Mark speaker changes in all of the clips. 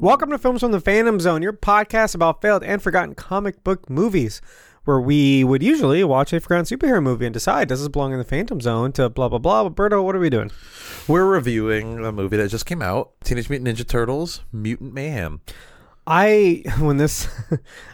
Speaker 1: Welcome to Films from the Phantom Zone, your podcast about failed and forgotten comic book movies, where we would usually watch a forgotten superhero movie and decide does this belong in the Phantom Zone to blah blah blah. Roberto, what are we doing?
Speaker 2: We're reviewing a movie that just came out Teenage Mutant Ninja Turtles Mutant Mayhem.
Speaker 1: I when this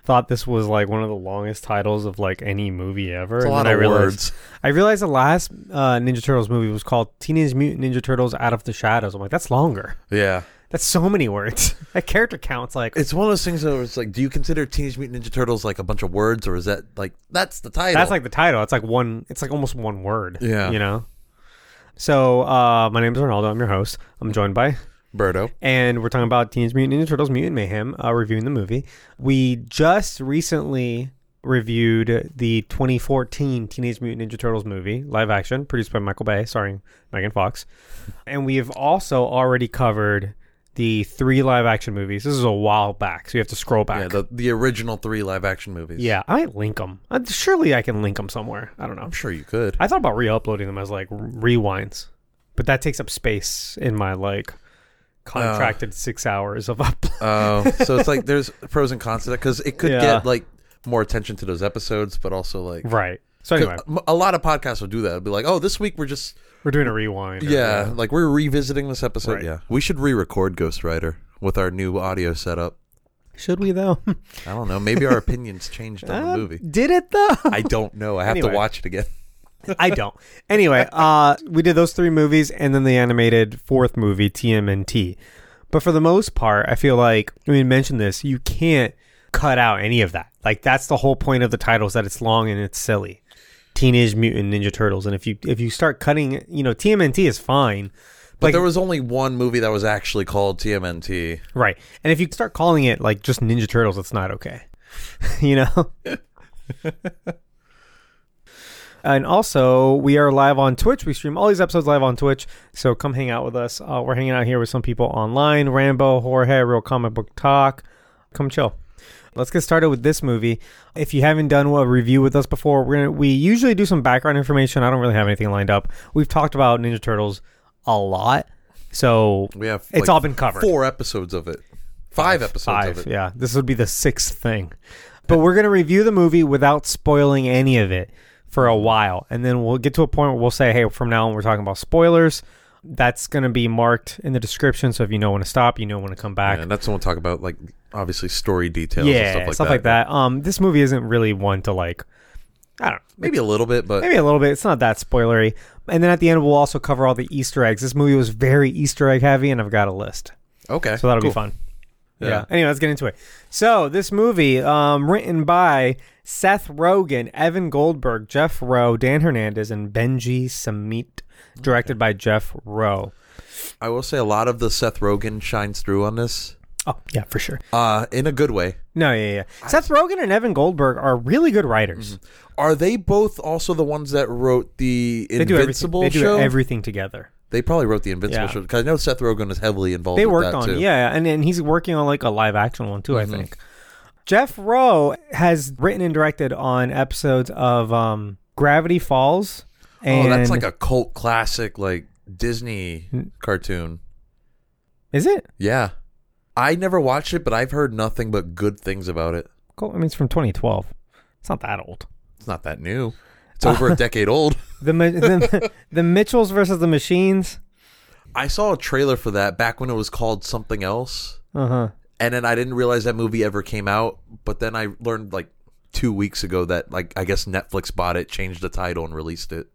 Speaker 1: thought this was like one of the longest titles of like any movie ever.
Speaker 2: It's a
Speaker 1: and
Speaker 2: lot
Speaker 1: then I
Speaker 2: of
Speaker 1: realized,
Speaker 2: words.
Speaker 1: I realized the last uh, Ninja Turtles movie was called Teenage Mutant Ninja Turtles Out of the Shadows. I'm like, that's longer.
Speaker 2: Yeah.
Speaker 1: That's so many words. that character count's like
Speaker 2: It's one of those things where it's like, do you consider Teenage Mutant Ninja Turtles like a bunch of words or is that like, that's the title?
Speaker 1: that's like the title. It's like one. It's like almost one word.
Speaker 2: Yeah.
Speaker 1: You know. So uh, my name is Ronaldo. I'm your host. I'm joined by,
Speaker 2: Birdo.
Speaker 1: and we're talking about Teenage Mutant Ninja Turtles: Mutant Mayhem. Uh, reviewing the movie. We just recently reviewed the 2014 Teenage Mutant Ninja Turtles movie, live action, produced by Michael Bay, starring Megan Fox, and we have also already covered the three live action movies. This is a while back, so you have to scroll back.
Speaker 2: Yeah, the, the original three live action movies.
Speaker 1: Yeah, I might link them. Surely I can link them somewhere. I don't know.
Speaker 2: I'm sure you could.
Speaker 1: I thought about re-uploading them as like rewinds, but that takes up space in my like contracted six hours of upload.
Speaker 2: Oh, so it's like there's pros and cons to that because it could
Speaker 1: Yeah.
Speaker 2: get like more attention to those episodes, but also like
Speaker 1: right. So
Speaker 2: 'cause
Speaker 1: anyway,
Speaker 2: a lot of podcasts will do that. It'll be like, oh, this week we're just
Speaker 1: we're doing a rewind. or-
Speaker 2: yeah, like we're revisiting this episode.
Speaker 1: Right.
Speaker 2: Yeah, we should re-record Ghost Rider with our new audio setup.
Speaker 1: Should we though?
Speaker 2: I don't know. Maybe our opinions changed on the
Speaker 1: Um,
Speaker 2: movie.
Speaker 1: Did it though?
Speaker 2: I don't know. I have
Speaker 1: Anyway.
Speaker 2: to watch it again.
Speaker 1: I don't. Anyway, uh, we did those three movies and then the animated fourth movie, TMNT. But for the most part, I feel like when we mentioned this, you can't cut out any of that. Like that's the whole point of the titles that it's long and it's silly. Teenage Mutant Ninja Turtles, and if you if you start cutting, you know, TMNT is fine.
Speaker 2: But
Speaker 1: Like-
Speaker 2: there was only one movie that was actually called TMNT.
Speaker 1: Right. And if you start calling it like just Ninja Turtles, it's not okay. you know? and also, we are live on Twitch. We stream all these episodes live on Twitch. So come hang out with us. Uh, we're hanging out here with some people online Rambo, Jorge, Real Comic Book Talk. Come chill. Let's get started with this movie. If you haven't done a review with us before, we're gonna, we usually do some background information. I don't really have anything lined up. We've talked about Ninja Turtles a lot, so
Speaker 2: We have
Speaker 1: it's
Speaker 2: like,
Speaker 1: all been covered
Speaker 2: four episodes of it, five episodes of
Speaker 1: five.
Speaker 2: it.
Speaker 1: Yeah, this would be the sixth thing. But we're gonna review the movie without spoiling any of it for a while, and then we'll get to a point where we'll say, "Hey, from now on, we're talking about spoilers." That's gonna be marked in the description, so if you know when to stop, you know when to come back.
Speaker 2: And that's when we'll talk about like obviously story details.
Speaker 1: yeah,
Speaker 2: and stuff like that.
Speaker 1: Um, this movie isn't really one to like. I don't. know.
Speaker 2: Maybe a little bit, but
Speaker 1: Maybe a little bit. It's not that spoilery. And then at the end, we'll also cover all the Easter eggs. This movie was very Easter egg heavy, and I've got a list.
Speaker 2: okay.
Speaker 1: So that'll
Speaker 2: cool.
Speaker 1: be fun. Yeah.
Speaker 2: Yeah.
Speaker 1: Anyway, let's get into it. So this movie, um, written by Seth Rogen, Evan Goldberg, Jeff Rowe, Dan Hernandez, and Benji Samit, directed by Jeff Rowe.
Speaker 2: I will say a lot of the Seth Rogen shines through on this,
Speaker 1: Oh yeah, for sure.
Speaker 2: uh, in a good way.
Speaker 1: No, yeah, yeah. Seth Rogen and Evan Goldberg are really good writers.
Speaker 2: Are they both also the ones that wrote the
Speaker 1: They do
Speaker 2: Invincible
Speaker 1: everything. They
Speaker 2: show?
Speaker 1: do everything together.
Speaker 2: they probably wrote the Invincible
Speaker 1: Yeah.
Speaker 2: show because I know Seth Rogen is heavily involved.
Speaker 1: They
Speaker 2: with
Speaker 1: worked
Speaker 2: that,
Speaker 1: on
Speaker 2: too. Mm-hmm.
Speaker 1: yeah, and and he's working on like a live action one too. I think Jeff Rowe has written and directed on episodes of um, Gravity Falls.
Speaker 2: Oh,
Speaker 1: And
Speaker 2: that's like a cult classic, like Disney cartoon.
Speaker 1: is it?
Speaker 2: Yeah, I never watched it, but I've heard nothing but good things about it.
Speaker 1: Cool. I mean, it's from 2012. It's not that old.
Speaker 2: It's not that new. It's over a decade old.
Speaker 1: The Mi- the, the Mitchells versus the Machines.
Speaker 2: I saw a trailer for that back when it was called something else,
Speaker 1: Uh huh.
Speaker 2: and then I didn't realize that movie ever came out. But then I learned like two weeks ago that like I guess Netflix bought it, changed the title, and released it.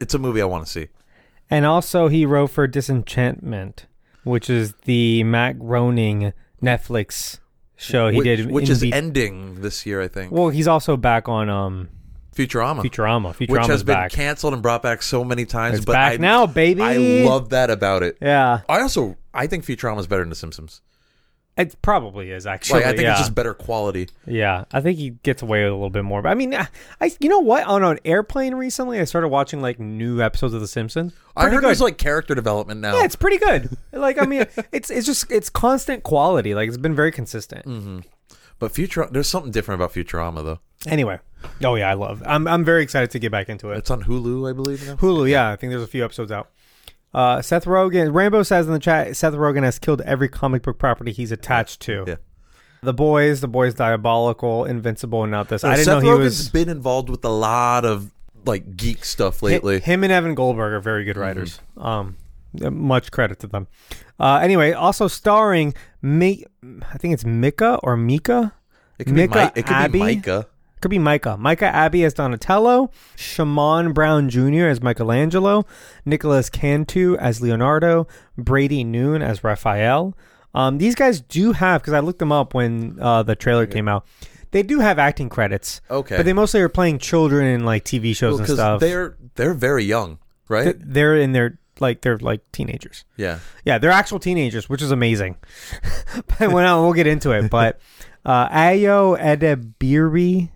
Speaker 2: It's a movie I want to see.
Speaker 1: And also, he wrote for Disenchantment, which is the Matt Groening Netflix show he
Speaker 2: which,
Speaker 1: did.
Speaker 2: which
Speaker 1: in
Speaker 2: is
Speaker 1: be-
Speaker 2: ending this year, I think.
Speaker 1: well, he's also back on um
Speaker 2: Futurama,
Speaker 1: Futurama. Futurama's
Speaker 2: Uh, which has been
Speaker 1: back.
Speaker 2: canceled and brought back so many times.
Speaker 1: It's
Speaker 2: but
Speaker 1: back
Speaker 2: I,
Speaker 1: now, baby.
Speaker 2: I love that about it.
Speaker 1: Yeah,
Speaker 2: I also I think Futurama is better than The Simpsons.
Speaker 1: it probably is actually.
Speaker 2: Like, I think
Speaker 1: yeah.
Speaker 2: it's just better quality.
Speaker 1: Yeah, I think he gets away with a little bit more. But I mean, I I- you know what? On an airplane recently, I started watching like new episodes of The Simpsons.
Speaker 2: I
Speaker 1: Pretty
Speaker 2: heard
Speaker 1: good.
Speaker 2: there's like character development now.
Speaker 1: Yeah, it's pretty good. Like I mean, it's it's just it's constant quality. Like it's been very consistent.
Speaker 2: Mm. but Futurama, there's something different about Futurama though.
Speaker 1: Anyway, oh yeah, I love. I'm I'm very excited to get back into it.
Speaker 2: It's on Hulu, I believe. Now.
Speaker 1: Hulu, yeah, I think there's a few episodes out. Uh, Seth Rogen, Rambo says in the chat, Seth Rogen has killed every comic book property he's attached to.
Speaker 2: Yeah.
Speaker 1: The Boys, The Boys, Diabolical, Invincible, and not this. I didn't
Speaker 2: Seth
Speaker 1: know he
Speaker 2: Rogen's
Speaker 1: was.
Speaker 2: been involved with a lot of like geek stuff lately. Mm-hmm.
Speaker 1: Hi- Him and Evan Goldberg are very good writers. Um, much credit to them. Uh, anyway, also starring Mi- I think it's Mika or Mika.
Speaker 2: it could,
Speaker 1: Micah
Speaker 2: be, Mi- it could
Speaker 1: Abbey?
Speaker 2: be Micah.
Speaker 1: Could be Micah. Micah Abbey as Donatello, Shimon Brown Jr. as Michelangelo, Nicholas Cantu as Leonardo, Brady Noon as Raphael. Um, these guys do have because I looked them up when uh, the trailer came out. They do have acting credits.
Speaker 2: Okay.
Speaker 1: but they mostly are playing children in like TV shows and
Speaker 2: Because
Speaker 1: stuff.
Speaker 2: they're they're very young, right?
Speaker 1: Th- they're in their like they're like teenagers.
Speaker 2: yeah.
Speaker 1: Yeah, they're actual teenagers, which is amazing. but when I, we'll get into it, but uh, Ayo Edebiri,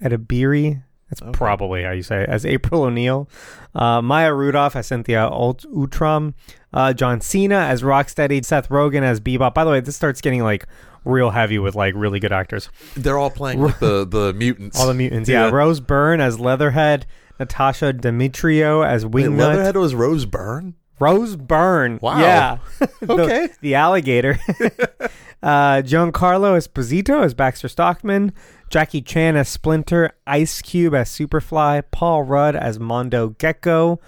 Speaker 1: Edebiri, that's probably how you say it, as April O'Neil, uh, Maya Rudolph as Cynthia Alt- Utram, uh, John Cena as Rocksteady, Seth Rogen as Bebop. By the way, this starts getting like real heavy with like really good actors.
Speaker 2: They're all playing with the the mutants.
Speaker 1: All the mutants, yeah.
Speaker 2: Yeah.
Speaker 1: Rose Byrne as Leatherhead, Natasha Demetrio as
Speaker 2: Wait,
Speaker 1: Wingnut.
Speaker 2: Leatherhead was Rose Byrne.
Speaker 1: Rose Byrne.
Speaker 2: Wow.
Speaker 1: Yeah. The-
Speaker 2: Okay.
Speaker 1: The, alligator. uh, Giancarlo Esposito as Baxter Stockman. Jackie Chan as Splinter. Ice Cube as Superfly. Paul Rudd as Mondo Gecko.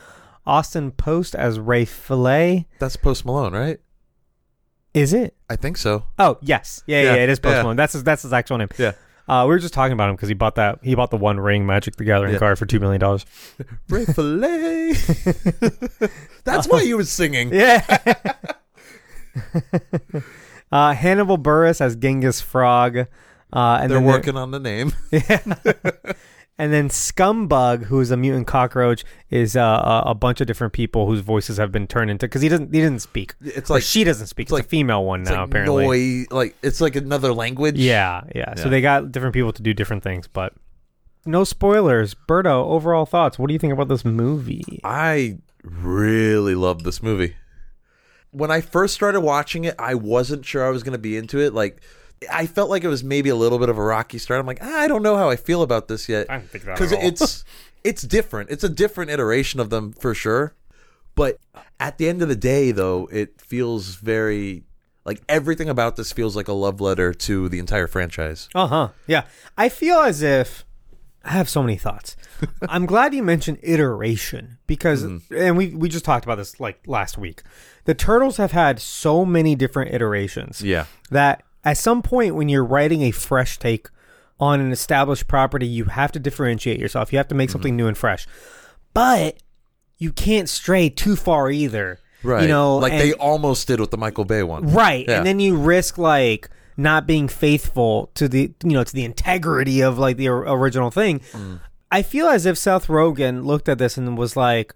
Speaker 1: Austin Post as Ray Fillet.
Speaker 2: That's Post Malone, right?
Speaker 1: Is it?
Speaker 2: I think so.
Speaker 1: Oh yes, yeah, yeah,
Speaker 2: Yeah,
Speaker 1: yeah, it is Post
Speaker 2: yeah.
Speaker 1: Malone. That's his, that's his actual name.
Speaker 2: Yeah.
Speaker 1: Uh, we were just talking about him because he bought that he bought the One Ring Magic the Gathering
Speaker 2: Yeah.
Speaker 1: card for two million dollars.
Speaker 2: Ray Fillet. That's why you were singing.
Speaker 1: Yeah. uh, Hannibal Burris as Genghis Frog. Uh, and
Speaker 2: They're
Speaker 1: then
Speaker 2: working on the name.
Speaker 1: and then Scumbug, who is a mutant cockroach, is uh, a, a bunch of different people whose voices have been turned into because he doesn't he didn't speak.
Speaker 2: It's
Speaker 1: Or
Speaker 2: like
Speaker 1: she doesn't speak. It's,
Speaker 2: like-
Speaker 1: a female one
Speaker 2: it's
Speaker 1: now,
Speaker 2: like
Speaker 1: apparently.
Speaker 2: noi- like it's like another language.
Speaker 1: Yeah, yeah, So
Speaker 2: Yeah.
Speaker 1: they got different people to do different things, but no spoilers. Berto, overall thoughts. What do you think about this movie?
Speaker 2: I really love this movie. When I first started watching it, I wasn't sure I was going to be into it. Like, I felt like it was maybe a little bit of a rocky start. I'm like, "Ah, I don't know how I feel about this yet.
Speaker 1: I don't think that at all.
Speaker 2: it's it's different. It's a different iteration of them for sure. But at the end of the day, though, it feels very like everything about this feels like a love letter to the entire franchise.
Speaker 1: Uh huh. Yeah. I feel as if I have so many thoughts. I'm glad you mentioned iteration because,
Speaker 2: Mm-hmm.
Speaker 1: and we, we just talked about this like last week. The Turtles have had so many different iterations.
Speaker 2: Yeah.
Speaker 1: That at some point when you're writing a fresh take on an established property, you have to differentiate yourself. You have to make
Speaker 2: Mm-hmm.
Speaker 1: something new and fresh. But you can't stray too far either.
Speaker 2: Right.
Speaker 1: You know,
Speaker 2: like
Speaker 1: and-
Speaker 2: they almost did with the Michael Bay one.
Speaker 1: right
Speaker 2: Yeah.
Speaker 1: and then you risk like not being faithful to the you know to the integrity of like the or- original thing i feel as if seth rogen looked at this and was like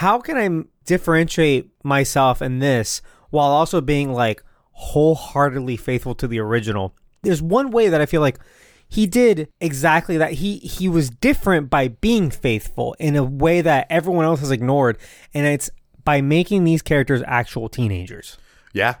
Speaker 1: how can i m- differentiate myself in this while also being like wholeheartedly faithful to the original there's one way that i feel like he did exactly that he he was different by being faithful in a way that everyone else has ignored and it's by making these characters actual teenagers
Speaker 2: Yeah.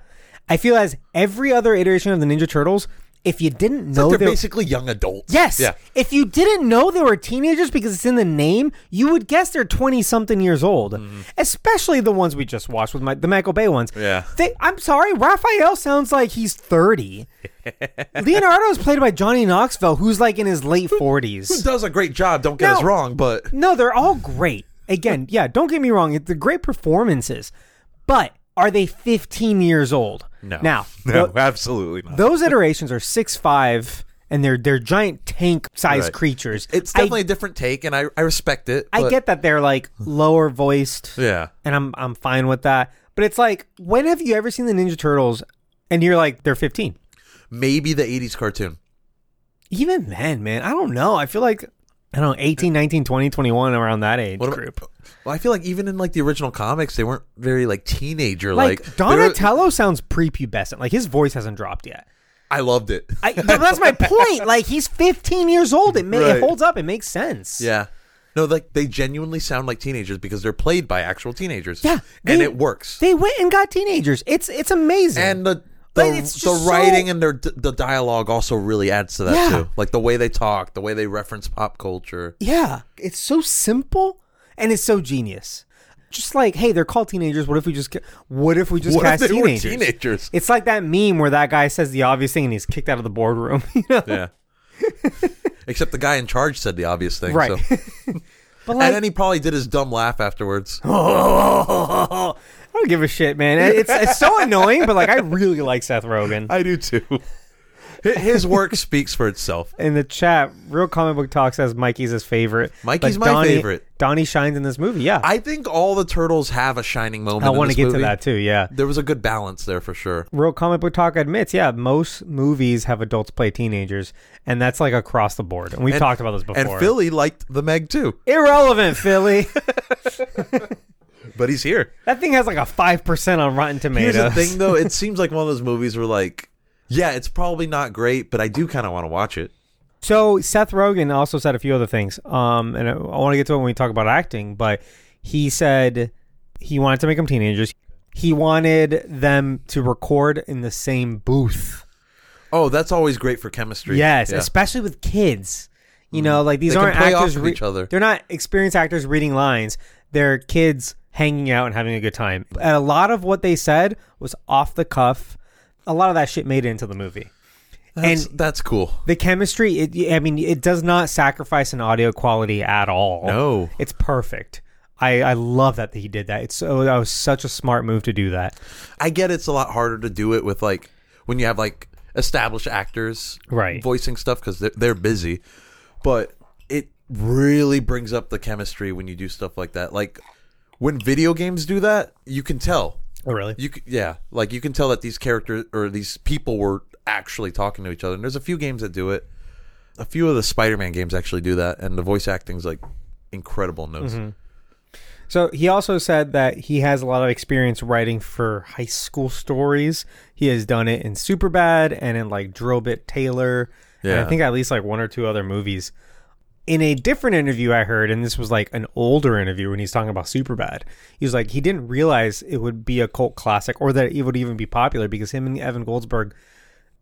Speaker 1: I feel as every other iteration of the Ninja Turtles, if you didn't know
Speaker 2: They're
Speaker 1: they were-
Speaker 2: basically young
Speaker 1: Oh,
Speaker 2: adults.
Speaker 1: yes,
Speaker 2: Yeah.
Speaker 1: if you didn't know they were teenagers because it's in the name, you would guess they're twenty something years old.
Speaker 2: Mm-hmm.
Speaker 1: Especially the ones we just watched with my, the Michael Bay ones.
Speaker 2: Yeah.
Speaker 1: they, I'm sorry, Raphael sounds like he's thirty. Leonardo is played by Johnny Knoxville, who's like in his late forties.
Speaker 2: does a great job. Don't get
Speaker 1: No.
Speaker 2: us wrong, but
Speaker 1: No, they're all great. Again, yeah, don't get me wrong. It's the great performances, but are they 15 years old? Now, the-
Speaker 2: absolutely not.
Speaker 1: those iterations are six five and they're they're giant tank sized
Speaker 2: Right.
Speaker 1: creatures.
Speaker 2: it's
Speaker 1: I-
Speaker 2: definitely a different take, and I, I respect it.
Speaker 1: I,
Speaker 2: but-
Speaker 1: get that they're like lower voiced
Speaker 2: yeah,
Speaker 1: and I'm I'm fine with that. But it's like when have you ever seen the Ninja Turtles and you're like they're 15?
Speaker 2: maybe the '80s cartoon.
Speaker 1: Even then, man, I don't know. I feel like I don't know 18, 19, 20, 21 around that age
Speaker 2: What am-
Speaker 1: group.
Speaker 2: Well, I feel like even in like the original comics, they weren't very like teenager
Speaker 1: Like,
Speaker 2: like. Donatello.
Speaker 1: Donatello sounds prepubescent. Like his voice hasn't dropped yet.
Speaker 2: I loved it.
Speaker 1: I, that's my point. Like he's 15 years old. It, ma-
Speaker 2: Right.
Speaker 1: it holds up. It makes sense.
Speaker 2: yeah. No, like they genuinely sound like teenagers because they're played by actual teenagers.
Speaker 1: Yeah,
Speaker 2: and
Speaker 1: they-
Speaker 2: it works.
Speaker 1: They went and got teenagers. It's it's amazing.
Speaker 2: and the
Speaker 1: But
Speaker 2: the,
Speaker 1: it's just
Speaker 2: the
Speaker 1: so-
Speaker 2: writing and their d- the dialogue also really adds to that
Speaker 1: Yeah.
Speaker 2: too. Like the way they talk, the way they reference pop culture.
Speaker 1: yeah, it's so simple and it's so genius. just like, hey, they're called teenagers. What if we just ca- what if we just
Speaker 2: What if
Speaker 1: cast
Speaker 2: they were
Speaker 1: teenagers?
Speaker 2: teenagers?
Speaker 1: It's like that meme where that guy says the obvious thing and he's kicked out of the boardroom. You know?
Speaker 2: Yeah. Except the guy in charge said the obvious thing.
Speaker 1: Right.
Speaker 2: So.
Speaker 1: But like,
Speaker 2: and then he probably did his dumb laugh afterwards.
Speaker 1: I don't give a shit, man. It's it's so annoying, but like I really like Seth Rogen.
Speaker 2: I do too. Hi- His work speaks for itself.
Speaker 1: in the chat, real comic book talk says Mikey's his favorite.
Speaker 2: Mikey's my favorite.
Speaker 1: Donnie shines in this movie. Yeah, I,
Speaker 2: I think all the turtles have a shining moment. in
Speaker 1: want to
Speaker 2: this
Speaker 1: get to
Speaker 2: movie.
Speaker 1: that too. Yeah,
Speaker 2: There was a good balance there for sure.
Speaker 1: real comic book talk admits. Yeah, most movies have adults play teenagers, and that's like across the board. And we've
Speaker 2: And-
Speaker 1: talked about this before.
Speaker 2: And Philly liked the Meg too,
Speaker 1: irrelevant, Philly.
Speaker 2: but he's here.
Speaker 1: that thing has like a five percent on Rotten Tomatoes.
Speaker 2: Here's the thing, though. It seems like one of those movies where, like, yeah, it's probably not great, but I do kind of want to watch it.
Speaker 1: So Seth Rogen also said a few other things, um, and I, I want to get to it when we talk about acting. But he said he wanted to make them teenagers. He wanted them to record in the same booth.
Speaker 2: Oh, that's always great for chemistry.
Speaker 1: Yes,
Speaker 2: Yeah. Mm-hmm.
Speaker 1: especially with kids. You know, like these
Speaker 2: They can
Speaker 1: aren't
Speaker 2: play off
Speaker 1: actors.
Speaker 2: of each other.
Speaker 1: They're not experienced actors reading lines. They're kids hanging out and having a good time. And a lot of what they said was off the cuff. A lot of that shit made it into the movie.
Speaker 2: that's,
Speaker 1: and-
Speaker 2: that's cool.
Speaker 1: The chemistry, it, I mean, it does not sacrifice an audio quality at all.
Speaker 2: No.
Speaker 1: It's perfect. I, I love that he did that. It's so that was such a smart move to do that.
Speaker 2: I get it's a lot harder to do it with like when you have like established actors
Speaker 1: Right.
Speaker 2: voicing stuff because they're, they're busy, but it really brings up the chemistry when you do stuff like that. Like when video games do that, you can tell.
Speaker 1: Oh, really?
Speaker 2: You c- yeah, like you can tell that these characters or these people were actually talking to each other. And there's a few games that do it. A few of the Spider-Man games actually do that, and the voice acting's like incredible in those.
Speaker 1: So he also said that he has a lot of experience writing for high school stories. He has done it in Superbad and in like Drillbit Taylor. And I
Speaker 2: Yeah.
Speaker 1: think at least like one or two other movies. In a different interview I heard, and this was like an older interview when he's talking about Superbad, he was like, he didn't realize it would be a cult classic or that it would even be popular because him and Evan Goldsberg,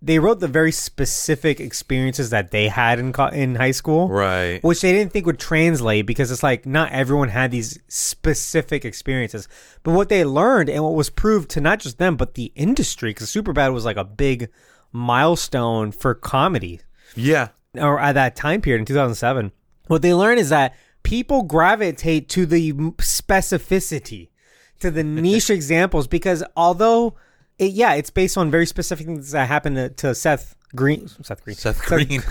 Speaker 1: they wrote the very specific experiences that they had in, co- in high school
Speaker 2: Right.
Speaker 1: which they didn't think would translate because it's like not everyone had these specific experiences. But what they learned and what was proved to not just them but the industry, because Superbad was like a big milestone for comedy,
Speaker 2: Yeah.
Speaker 1: or at that time period in 2007. What they learned is that people gravitate to the m- specificity, to the niche examples, because although it, yeah, it's based on very specific things that happened to, to Seth Green, Seth Green,
Speaker 2: Seth Green.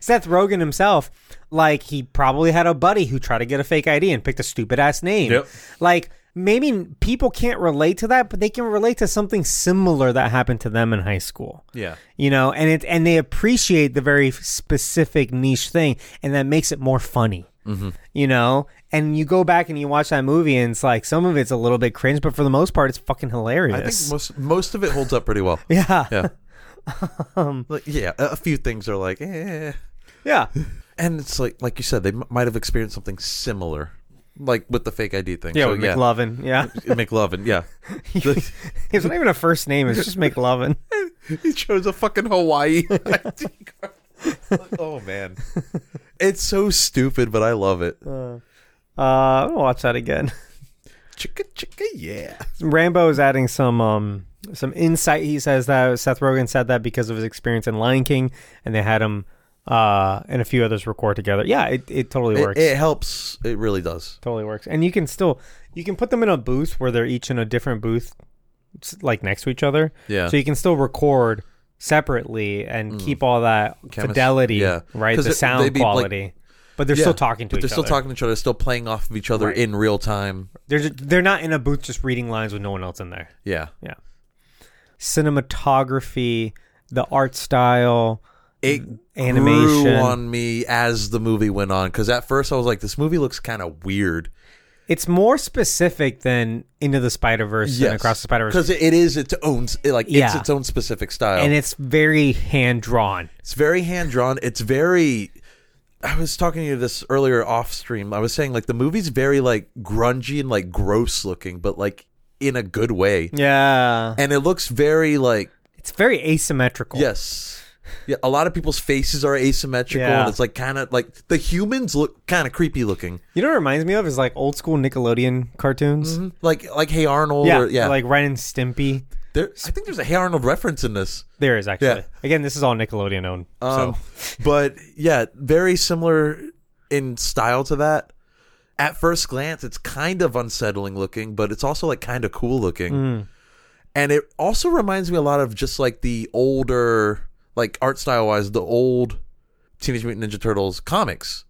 Speaker 1: Seth Rogen himself, like he probably had a buddy who tried to get a fake ID and picked a stupid ass name.
Speaker 2: Yep.
Speaker 1: Like maybe people can't relate to that, but they can relate to something similar that happened to them in high school.
Speaker 2: yeah.
Speaker 1: You know, and it and they appreciate the very specific niche thing, and that makes it more funny.
Speaker 2: Mm-hmm.
Speaker 1: You know, and you go back and you watch that movie, and it's like some of it's a little bit cringe, but for the most part, it's fucking hilarious.
Speaker 2: I think most most of it holds up pretty well.
Speaker 1: yeah,
Speaker 2: Yeah. Um, like, yeah, a a few things are like, eh.
Speaker 1: yeah,
Speaker 2: And it's like, like you said, they m- might have experienced something similar, like with the fake ID thing.
Speaker 1: yeah.
Speaker 2: so,
Speaker 1: with McLovin, yeah.
Speaker 2: yeah. McLovin, yeah. The-
Speaker 1: it's not even a first name; it's just McLovin.
Speaker 2: he chose a fucking Hawaii ID card. Like, oh, man. It's so stupid, but I love it.
Speaker 1: Uh, I'm gonna watch that again.
Speaker 2: Chicka, chicka, yeah.
Speaker 1: Rambo is adding some um some insight. He says that Seth Rogen said that because of his experience in Lion King, and they had him uh and a few others record together. Yeah, it, it totally
Speaker 2: It,
Speaker 1: works.
Speaker 2: it helps. It really does.
Speaker 1: totally works. And you can still you can put them in a booth where they're each in a different booth, s- like next to each other.
Speaker 2: Yeah.
Speaker 1: So you can still record separately and keep all that
Speaker 2: Chemis-
Speaker 1: fidelity,
Speaker 2: yeah.
Speaker 1: right?
Speaker 2: 'Cause
Speaker 1: The
Speaker 2: it- they'd
Speaker 1: sound
Speaker 2: be, like-
Speaker 1: quality. but they're still talking to
Speaker 2: but
Speaker 1: each
Speaker 2: They're still
Speaker 1: other.
Speaker 2: talking to each other, still playing off of each other
Speaker 1: Right.
Speaker 2: in real time.
Speaker 1: they're just, they're not in a booth just reading lines with no one else in there.
Speaker 2: Yeah.
Speaker 1: Yeah. Cinematography, the art style.
Speaker 2: it
Speaker 1: Animation.
Speaker 2: grew on me as the movie went on because at first I was like, this movie looks kind of weird.
Speaker 1: It's more specific than Into the Spider Verse and Across the Spider Verse.
Speaker 2: because it is its own it, like it's
Speaker 1: Yeah.
Speaker 2: its own specific style.
Speaker 1: And it's very hand drawn.
Speaker 2: it's very hand drawn. It's very. I was talking to you this earlier off stream. I was saying like the movie's very like grungy and like gross looking, but like in a good way.
Speaker 1: Yeah.
Speaker 2: And it looks very like
Speaker 1: It's very asymmetrical.
Speaker 2: yes, Yeah, a lot of people's faces are asymmetrical,
Speaker 1: Yeah.
Speaker 2: and it's like kind of like the humans look kind of creepy looking,
Speaker 1: You know what it reminds me of is like old school Nickelodeon cartoons.
Speaker 2: like like Hey Arnold.
Speaker 1: Yeah,
Speaker 2: Mm-hmm. or, yeah.
Speaker 1: like Ren and Stimpy.
Speaker 2: there, I think there's a Hey Arnold reference in this.
Speaker 1: There is actually.
Speaker 2: Yeah.
Speaker 1: Again, this is all Nickelodeon owned.
Speaker 2: Um,
Speaker 1: so
Speaker 2: but yeah, very similar in style to that. At first glance, it's kind of unsettling looking, but it's also like kind of cool looking.
Speaker 1: Hmm.
Speaker 2: And it also reminds me a lot of just like the older, like art style wise, the old Teenage Mutant Ninja Turtles comics.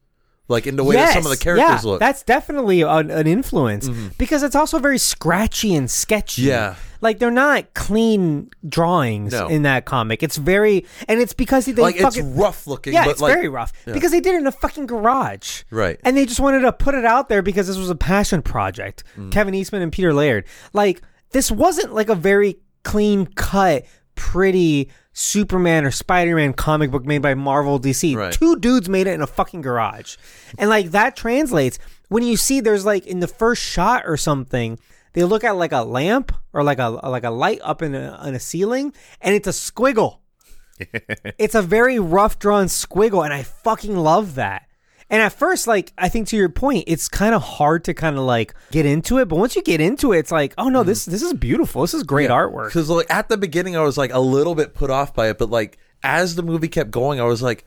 Speaker 2: Like in the way that some of the
Speaker 1: Yes,
Speaker 2: characters
Speaker 1: yeah,
Speaker 2: look. Mm-hmm.
Speaker 1: That's definitely an, an influence because it's also very scratchy and sketchy.
Speaker 2: Yeah.
Speaker 1: like they're not clean drawings
Speaker 2: No.
Speaker 1: in that comic. It's very and it's because they
Speaker 2: like it's
Speaker 1: fucking
Speaker 2: rough looking,
Speaker 1: yeah,
Speaker 2: but
Speaker 1: it's
Speaker 2: like
Speaker 1: very rough because they did it in a fucking garage,
Speaker 2: Right.
Speaker 1: And they just wanted to put it out there because this was a passion project.
Speaker 2: Mm.
Speaker 1: Kevin Eastman and Peter Laird. Like this wasn't like a very clean cut, pretty Superman or Spider Man comic book made by Marvel DC.
Speaker 2: Right.
Speaker 1: Two dudes made it in a fucking garage, and like that translates when you see there's like in the first shot or something. They look at like a lamp or like a like a light up in a, in a ceiling, and it's a squiggle it's a very rough drawn squiggle and i fucking love that and at first like i think to your point it's kind of hard to kind of like get into it but once you get into it it's like oh no this this is beautiful this is great artwork
Speaker 2: Because like at the beginning, I was like a little bit put off by it, but like as the movie kept going, I was like,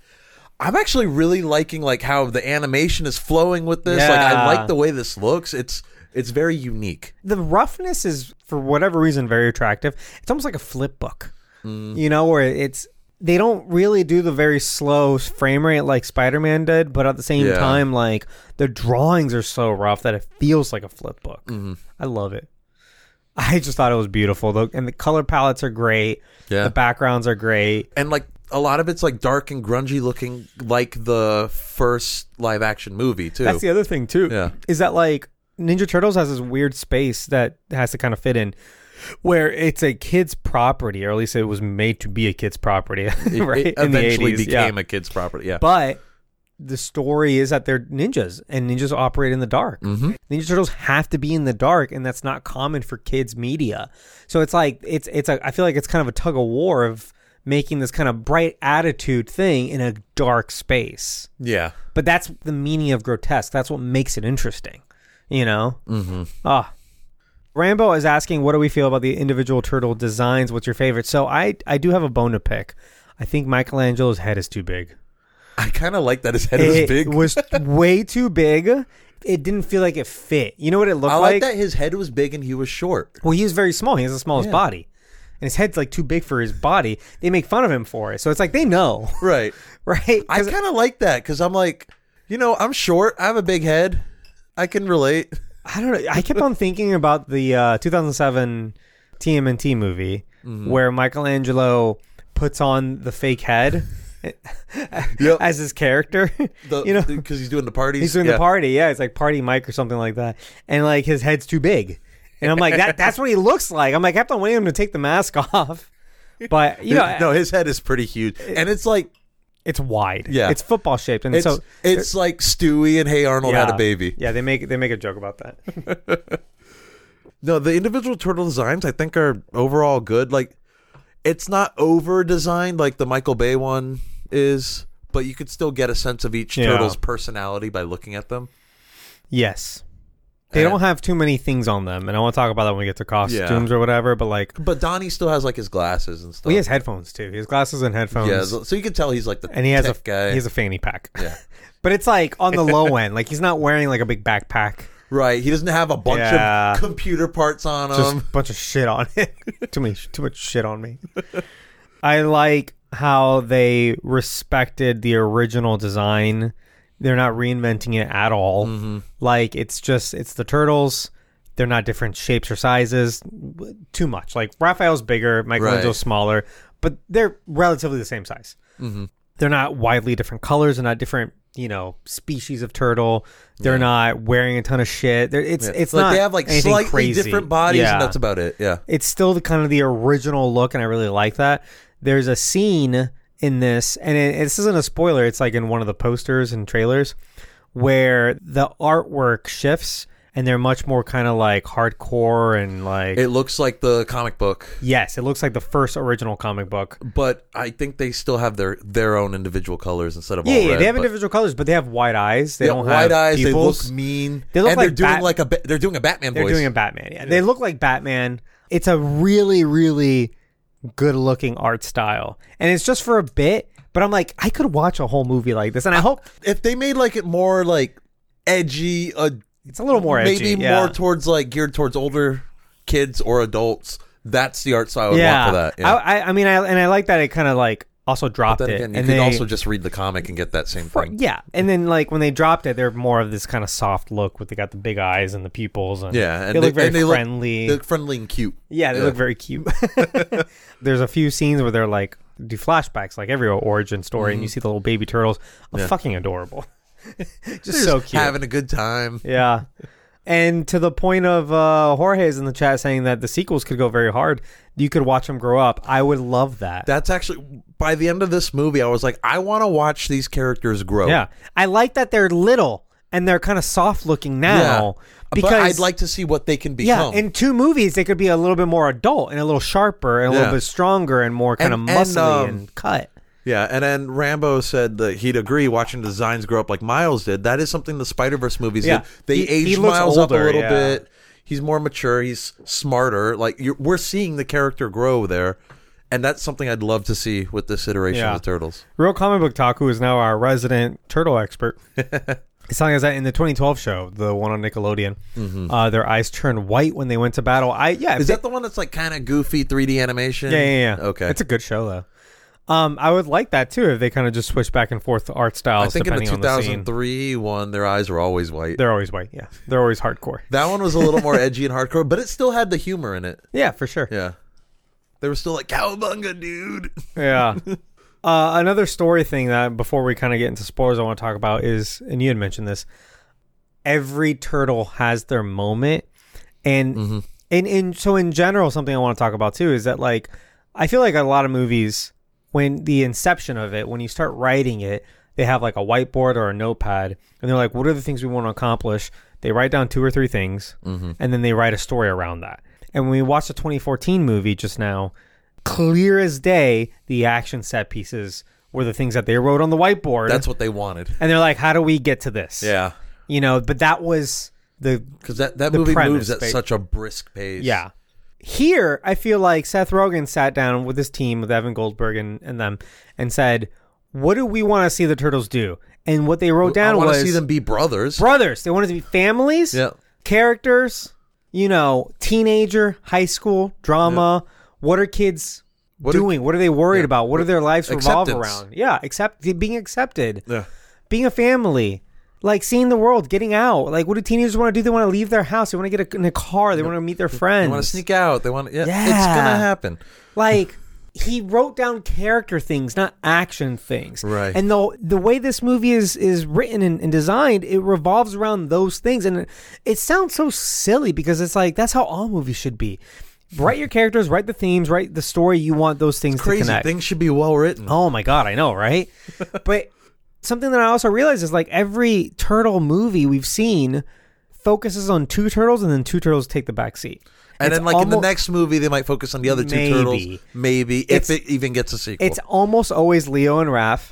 Speaker 2: I'm actually really liking like how the animation is flowing with this. Like I
Speaker 1: Yeah.
Speaker 2: like the way this looks. It's it's very unique.
Speaker 1: the roughness is for whatever reason very attractive it's almost like a flip book
Speaker 2: Mm.
Speaker 1: you know where it's they don't really do the very slow frame rate like spider-man did but at the same
Speaker 2: Yeah.
Speaker 1: time like the drawings are so rough that it feels like a flip book
Speaker 2: Mm-hmm.
Speaker 1: i love it i just thought it was beautiful though and the color palettes are great
Speaker 2: Yeah.
Speaker 1: the backgrounds are great
Speaker 2: and like a lot of it's like dark and grungy looking, like the first live action movie too.
Speaker 1: That's the other thing too.
Speaker 2: Yeah.
Speaker 1: Is that like Ninja Turtles has this weird space that has to kind of fit in where it's a kid's property, or at least it was made to be a kid's property,
Speaker 2: It- it
Speaker 1: right? in the
Speaker 2: eventually
Speaker 1: 80s, yeah.
Speaker 2: became a kid's property. Yeah,
Speaker 1: But the story is that they're ninjas and ninjas operate in the dark.
Speaker 2: Mm-hmm.
Speaker 1: Ninja Turtles have to be in the dark, and that's not common for kids media. So it's like it's it's a I feel like it's kind of a tug of war of making this kind of bright attitude thing in a dark space.
Speaker 2: yeah.
Speaker 1: But that's the meaning of grotesque. That's what makes it interesting, you know? Mm-hmm. Ah. Rambo is asking, what do we feel about the individual turtle designs? What's your favorite? So I, I do have a bone to pick. I think Michelangelo's head is too big.
Speaker 2: I kind of like that his head is big.
Speaker 1: was way too big. It didn't feel like it fit. You know what it looked
Speaker 2: I like that his head was big and he was short.
Speaker 1: Well, he is very small. He has the smallest body. And his head's like too big for his body. They make fun of him for it. So it's like they know,
Speaker 2: Right.
Speaker 1: right?
Speaker 2: I kind of like that because I'm like, you know, I'm short. I have a big head. I can relate.
Speaker 1: I don't know. I kept on thinking about the uh, 2007 TMNT movie
Speaker 2: Mm-hmm.
Speaker 1: where Michelangelo puts on the fake head
Speaker 2: Yep.
Speaker 1: as his character.
Speaker 2: The,
Speaker 1: you know,
Speaker 2: because he's doing the parties.
Speaker 1: he's doing
Speaker 2: Yeah.
Speaker 1: the party. Yeah, it's like Party Mike or something like that. And like his head's too big. And I'm like, that that's what he looks like. I'm like, I kept on waiting him to take the mask off. But, you know,
Speaker 2: no, his head is pretty huge, and it's like
Speaker 1: it's wide.
Speaker 2: Yeah.
Speaker 1: It's football shaped. And
Speaker 2: it's
Speaker 1: so.
Speaker 2: it's like Stewie and Hey Arnold had a baby.
Speaker 1: Yeah, they make they make a joke about that.
Speaker 2: No, the individual turtle designs I think are overall good. Like, it's not over designed like the Michael Bay one is, but you could still get a sense of each
Speaker 1: Yeah.
Speaker 2: turtle's personality by looking at them.
Speaker 1: Yes. They
Speaker 2: And-
Speaker 1: don't have too many things on them, and I want to talk about that when we get to costumes or whatever. But like,
Speaker 2: But Donnie still has like his glasses and stuff.
Speaker 1: well, he has headphones too. He has glasses and headphones.
Speaker 2: yeah, so, so you can tell he's like the
Speaker 1: and he has a
Speaker 2: tech guy.
Speaker 1: he has a fanny pack.
Speaker 2: Yeah.
Speaker 1: but it's like on the low end. Like he's not wearing like a big backpack.
Speaker 2: Right. He doesn't have a bunch
Speaker 1: Yeah.
Speaker 2: of computer parts on him.
Speaker 1: Just a bunch of shit on it. too many, too much shit on me. I like how they respected the original design. They're not reinventing it at all.
Speaker 2: Mm-hmm.
Speaker 1: Like it's just it's the turtles. They're not different shapes or sizes. W- Too much. Like Raphael's bigger, Michelangelo's
Speaker 2: Right.
Speaker 1: smaller, but they're relatively the same size. They're not widely different colors. They're not different, you know, species of turtle. They're not wearing a ton of shit. They're, it's it's
Speaker 2: like
Speaker 1: not
Speaker 2: they have like
Speaker 1: anything
Speaker 2: slightly
Speaker 1: crazy.
Speaker 2: different bodies,
Speaker 1: Yeah
Speaker 2: and that's about it. Yeah.
Speaker 1: it's still the kind of the original look, and I really like that. There's a scene in this, and it, this isn't a spoiler. It's like in one of the posters and trailers where the artwork shifts, and they're much more kind of like hardcore and like
Speaker 2: It looks like the comic book,
Speaker 1: yes, it looks like the first original comic book.
Speaker 2: but I think they still have their their own individual colors instead of
Speaker 1: Yeah,
Speaker 2: all
Speaker 1: yeah,
Speaker 2: red,
Speaker 1: they have
Speaker 2: but-
Speaker 1: individual colors, but they have white eyes. They
Speaker 2: Yeah,
Speaker 1: don't have
Speaker 2: wide eyes.
Speaker 1: pupils.
Speaker 2: They look mean.
Speaker 1: They look
Speaker 2: and
Speaker 1: like
Speaker 2: they're doing
Speaker 1: Bat-
Speaker 2: like a ba- they're doing a Batman
Speaker 1: They're
Speaker 2: voice.
Speaker 1: doing a Batman. Yeah. They look like Batman. It's a really, really good looking art style. And it's just for a bit, but I'm like, I could watch a whole movie like this. And I hope
Speaker 2: if they made like it more like edgy, uh,
Speaker 1: it's a little more edgy.
Speaker 2: maybe
Speaker 1: yeah.
Speaker 2: more towards like geared towards older kids or adults. That's the art style I would
Speaker 1: yeah.
Speaker 2: want for that. Yeah.
Speaker 1: I, I, I mean, I, and I like that it kind of like also dropped
Speaker 2: then
Speaker 1: it.
Speaker 2: again, you
Speaker 1: and
Speaker 2: could
Speaker 1: they,
Speaker 2: also just read the comic and get that same thing.
Speaker 1: yeah. And then like when they dropped it, they're more of this kind of soft look with they got the big eyes and the pupils. And
Speaker 2: Yeah, and
Speaker 1: they,
Speaker 2: they,
Speaker 1: look very
Speaker 2: and they
Speaker 1: friendly.
Speaker 2: Look, they look friendly and cute.
Speaker 1: Yeah, they
Speaker 2: Yeah.
Speaker 1: look very cute. There's a few scenes where they're like do flashbacks, like every origin story,
Speaker 2: Mm-hmm.
Speaker 1: and you see the little baby turtles. Fucking adorable, just so cute.
Speaker 2: having a good time.
Speaker 1: yeah, and to the point of uh, Jorge's in the chat saying that the sequels could go very hard. You could watch them grow up. I would love that.
Speaker 2: That's actually by the end of this movie, I was like, I want to watch these characters grow.
Speaker 1: yeah, I like that they're little and they're kind of soft looking
Speaker 2: yeah.
Speaker 1: now. Because
Speaker 2: but I'd like to see what they can
Speaker 1: yeah,
Speaker 2: become.
Speaker 1: in two movies they could be a little bit more adult and a little sharper and a
Speaker 2: Yeah.
Speaker 1: little bit stronger and more kind
Speaker 2: And-
Speaker 1: of
Speaker 2: and,
Speaker 1: muscly
Speaker 2: um,
Speaker 1: and cut.
Speaker 2: Yeah, and then Rambo said that he'd agree watching designs grow up like Miles did. That is something the Spider Verse movies
Speaker 1: Yeah.
Speaker 2: did. They
Speaker 1: He-
Speaker 2: aged
Speaker 1: he looks
Speaker 2: Miles up a
Speaker 1: older,
Speaker 2: little
Speaker 1: yeah.
Speaker 2: bit. He's more mature. He's smarter. Like you're, we're seeing the character grow there, and that's something I'd love to see with this iteration
Speaker 1: Yeah.
Speaker 2: of the Turtles.
Speaker 1: Real Comic Book Talk, who is now our resident turtle expert, is telling us that in the 2012 show, the one on Nickelodeon, uh, their eyes turned white when they went to battle. I yeah,
Speaker 2: Mm-hmm. Is that the one that's like kind of goofy 3D animation?
Speaker 1: yeah, yeah, yeah.
Speaker 2: Okay.
Speaker 1: it's a good show though. Um, I would like that too if they kind of just switch back and forth the art styles
Speaker 2: I think in the
Speaker 1: depending on the scene.
Speaker 2: 2003 one, their eyes were always white.
Speaker 1: They're always white, yeah. They're always hardcore,
Speaker 2: that one was a little more edgy and hardcore, but it still had the humor in it.
Speaker 1: yeah, for sure.
Speaker 2: Yeah, they were still like cowabunga, dude.
Speaker 1: Yeah. uh, another story thing that before we kind of get into spoilers, I want to talk about is, and you had mentioned this. Every turtle has their moment, and
Speaker 2: Mm-hmm.
Speaker 1: and and so in general, something I want to talk about too is that like I feel like a lot of movies when the inception of it, when you start writing it, they have like a whiteboard or a notepad, and they're like, "What are the things we want to accomplish?" They write down two or three things,
Speaker 2: Mm-hmm.
Speaker 1: and then they write a story around that. And when we watched the 2014 movie just now, clear as day the action set pieces were the things that they wrote on the whiteboard
Speaker 2: That's what they wanted.
Speaker 1: and they're like how do we get to this
Speaker 2: Yeah.
Speaker 1: you know but that was the
Speaker 2: Because that, that
Speaker 1: the
Speaker 2: movie
Speaker 1: premise,
Speaker 2: moves at
Speaker 1: ba-
Speaker 2: such a brisk pace.
Speaker 1: yeah here i feel like seth rogen sat down with his team with evan goldberg and, and them and said what do we want to see the turtles do and what they wrote
Speaker 2: I
Speaker 1: down
Speaker 2: want to
Speaker 1: was
Speaker 2: see them be brothers.
Speaker 1: brothers they wanted to be families
Speaker 2: Yeah.
Speaker 1: characters you know teenager high school drama what are kids
Speaker 2: are-
Speaker 1: doing what are they worried
Speaker 2: Yeah.
Speaker 1: about what do their lives revolve
Speaker 2: Acceptance.
Speaker 1: around yeah accept being accepted
Speaker 2: Yeah.
Speaker 1: being a family like seeing the world getting out like what do teenagers want to do they want to leave their house they want to get a, in a car they want to meet their friends
Speaker 2: They want to sneak out. They want. Yeah,
Speaker 1: Yeah.
Speaker 2: It's gonna happen.
Speaker 1: like he wrote down character things not action things
Speaker 2: Right.
Speaker 1: and though the way this movie is is written and, and designed it revolves around those things and it, it sounds so silly because it's like that's how all movies should be write your characters write the themes write the story you want those things to
Speaker 2: Crazy
Speaker 1: connect
Speaker 2: things should be well written.
Speaker 1: Oh my god, I know, right? but something that I also realized is like every turtle movie we've seen focuses on two turtles and then two turtles take the back seat.
Speaker 2: and
Speaker 1: It's
Speaker 2: then, like in
Speaker 1: almo-
Speaker 2: the next movie, they might focus on the other two
Speaker 1: Maybe.
Speaker 2: turtles. Maybe
Speaker 1: It's-
Speaker 2: if it even gets a sequel,
Speaker 1: it's
Speaker 2: it's,
Speaker 1: almost always Leo and Raph.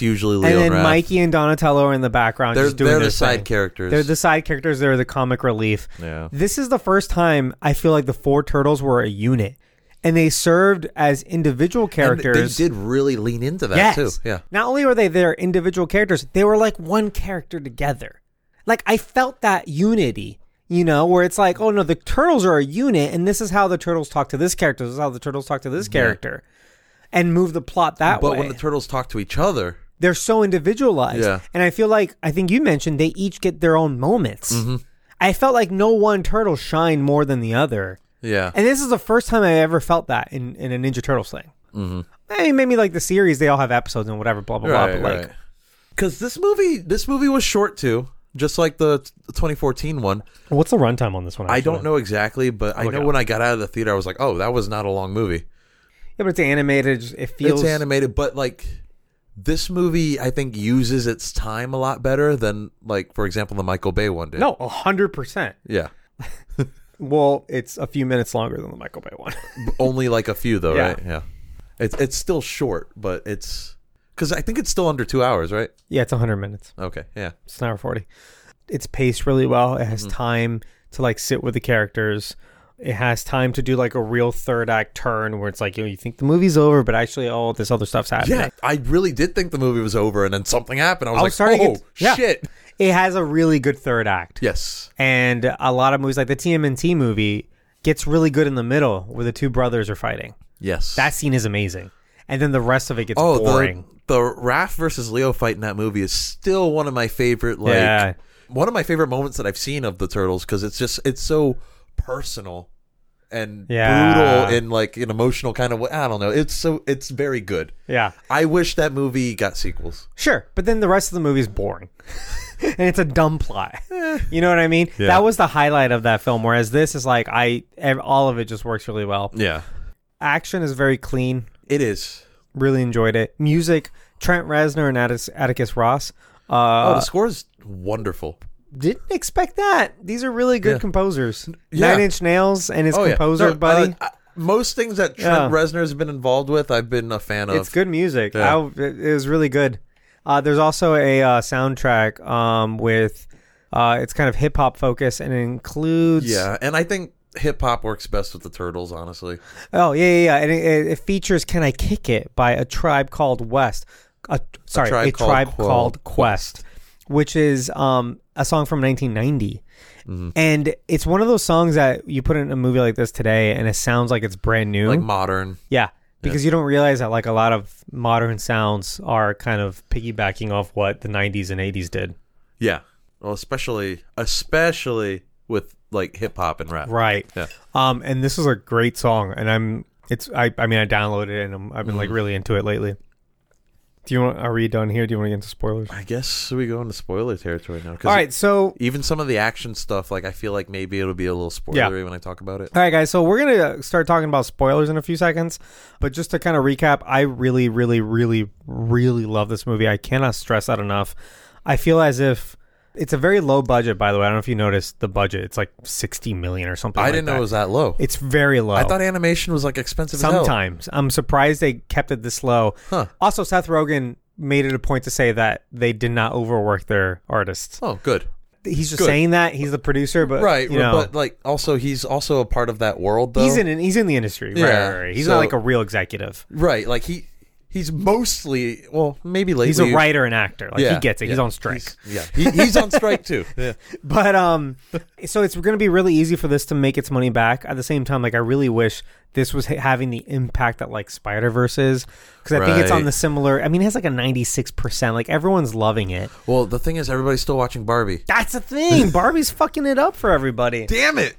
Speaker 2: usually Leo
Speaker 1: and then
Speaker 2: Raff.
Speaker 1: Mikey and Donatello are in the background
Speaker 2: They're,
Speaker 1: just doing
Speaker 2: they're
Speaker 1: their
Speaker 2: the side
Speaker 1: thing.
Speaker 2: characters.
Speaker 1: They're the side characters, they're the comic relief.
Speaker 2: Yeah.
Speaker 1: This is the first time I feel like the four turtles were a unit. And they served as individual
Speaker 2: And
Speaker 1: characters.
Speaker 2: They did really lean into that
Speaker 1: Yes.
Speaker 2: too. Yeah.
Speaker 1: Not only were they their individual characters, they were like one character together. Like I felt that unity, you know, where it's like, oh no, the turtles are a unit, and this is how the turtles talk to this character. This is how the turtles talk to this character, and move the plot that
Speaker 2: But
Speaker 1: way.
Speaker 2: when the turtles talk to each other,
Speaker 1: They're so individualized,
Speaker 2: Yeah.
Speaker 1: and I feel like I think you mentioned they each get their own moments.
Speaker 2: Mm-hmm.
Speaker 1: I felt like no one turtle shined more than the other.
Speaker 2: yeah,
Speaker 1: And this is the first time I ever felt that in, in a Ninja Turtles thing. Mm-hmm. I mean, maybe like the series, they all have episodes and whatever, blah blah blah. But like,
Speaker 2: because this movie, this movie was short too, just like the t- 2014 one.
Speaker 1: what's the runtime on this one?
Speaker 2: I
Speaker 1: actually?
Speaker 2: don't know exactly, but I
Speaker 1: Look it
Speaker 2: know
Speaker 1: up.
Speaker 2: when I got out of the theater, I was like, "Oh, that was not a long movie.
Speaker 1: Yeah, but it's animated. It feels
Speaker 2: It's animated, but like This movie, I think, uses its time a lot better than, like, for example, the Michael Bay one did.
Speaker 1: No, hundred percent.
Speaker 2: Yeah.
Speaker 1: Well, it's a few minutes longer than the Michael Bay one.
Speaker 2: Only like a few though,
Speaker 1: Yeah.
Speaker 2: right? Yeah. It's it's still short, but it's because I think it's still under two hours, right?
Speaker 1: yeah, it's hundred minutes.
Speaker 2: Okay. Yeah.
Speaker 1: It's an hour forty. It's paced really well. It
Speaker 2: Mm-hmm.
Speaker 1: has time to like sit with the characters. It has time to do like a real third act turn where it's like you know you think the movie's over, but actually all this other stuff's happening.
Speaker 2: Yeah. I really did think the movie was over, and then something happened. I was
Speaker 1: I
Speaker 2: like,
Speaker 1: was starting to
Speaker 2: oh
Speaker 1: get- yeah.
Speaker 2: shit.
Speaker 1: It has a really good third act.
Speaker 2: Yes.
Speaker 1: And a lot of movies like the TMNT movie gets really good in the middle where the two brothers are fighting.
Speaker 2: Yes.
Speaker 1: That scene is amazing. And then the rest of it gets
Speaker 2: oh
Speaker 1: boring.
Speaker 2: the the Raph versus Leo fight in that movie is still one of my favorite. Like
Speaker 1: Yeah.
Speaker 2: one of my favorite moments that I've seen of the turtles because it's just it's so personal and
Speaker 1: Yeah.
Speaker 2: brutal in like an emotional kind of way. I don't know. It's so it's very good.
Speaker 1: yeah.
Speaker 2: I wish that movie got sequels.
Speaker 1: Sure, but then the rest of the movie is boring. and it's a dumb plot. you know what I mean? That was the highlight of that film whereas this is like I ev- all of it just works really well.
Speaker 2: Yeah.
Speaker 1: Action is very clean.
Speaker 2: It is.
Speaker 1: Really enjoyed it. Music Trent Reznor and Attis, Atticus Ross.
Speaker 2: Oh,
Speaker 1: Uh,
Speaker 2: the score is wonderful.
Speaker 1: didn't expect that. These are really good
Speaker 2: Yeah.
Speaker 1: composers.
Speaker 2: Yeah.
Speaker 1: Nine Inch Nails and his
Speaker 2: Oh,
Speaker 1: composer
Speaker 2: yeah. No,
Speaker 1: buddy.
Speaker 2: uh, uh, most things that Trent
Speaker 1: Yeah.
Speaker 2: Reznor has been involved with, I've been a fan of.
Speaker 1: it's good music.
Speaker 2: Yeah.
Speaker 1: I, it it was really good. Uh, there's also a uh, soundtrack um, with uh, it's kind of hip hop focus and it includes
Speaker 2: Yeah, and I think hip hop works best with the Turtles, honestly.
Speaker 1: oh yeah yeah, yeah. and it, it, it features "Can I Kick It" by a tribe called West. A, sorry, a tribe,
Speaker 2: Tribe Called Quel-
Speaker 1: called Quest, which is um, a song from 1990.
Speaker 2: Mm-hmm.
Speaker 1: And it's one of those songs that you put in a movie like this today, and it sounds like it's brand new.
Speaker 2: Like modern.
Speaker 1: Yeah, because you don't realize that like a lot of modern sounds are kind of piggybacking off what the '90s and '80s did.
Speaker 2: Yeah. Well, especially especially with like hip hop and rap.
Speaker 1: Right.
Speaker 2: Yeah.
Speaker 1: Um, and this is a great song, and I'm it's I I mean I downloaded it and I'm, I've been like really into it lately. Do you want? Are we done here? Do you want to get into spoilers?
Speaker 2: I guess we go into spoiler territory now. 'cause
Speaker 1: All right, so
Speaker 2: Even some of the action stuff, like I feel like maybe it'll be a little spoilery
Speaker 1: Yeah.
Speaker 2: when I talk about it.
Speaker 1: All right, guys. So we're gonna start talking about spoilers in a few seconds, but just to kind of recap, I really, really, really, really love this movie. I cannot stress that enough. I feel as if it's a very low budget. By the way, I don't know if you noticed the budget. It's like sixty million or something.
Speaker 2: I
Speaker 1: like
Speaker 2: didn't know
Speaker 1: that.
Speaker 2: it was that low.
Speaker 1: It's very low.
Speaker 2: I thought animation was like expensive as hell.
Speaker 1: sometimes I'm surprised they kept it this low.
Speaker 2: Huh.
Speaker 1: Also, Seth Rogen made it a point to say that they did not overwork their artists.
Speaker 2: Oh, good.
Speaker 1: He's just
Speaker 2: Good.
Speaker 1: saying that he's the producer, but
Speaker 2: right
Speaker 1: you know,
Speaker 2: but like also he's also a part of that world though
Speaker 1: he's in he's in the industry. Right,
Speaker 2: Yeah,
Speaker 1: right, right. He's
Speaker 2: so-
Speaker 1: not like a real executive.
Speaker 2: right like he he's mostly well maybe lately
Speaker 1: he's a writer and actor. Like he gets it. He's
Speaker 2: yeah.
Speaker 1: on strike.
Speaker 2: He's- yeah he, he's on strike too yeah
Speaker 1: But um, so it's going to be really easy for this to make its money back. At the same time, like I really wish this was ha- having the impact that like Spider Verse is because I think it's
Speaker 2: Right.
Speaker 1: on the similar. I mean, it has like a ninety six percent. Like everyone's loving it.
Speaker 2: well the thing is everybody's still watching barbie
Speaker 1: That's the thing. Barbie's fucking it up for everybody.
Speaker 2: damn it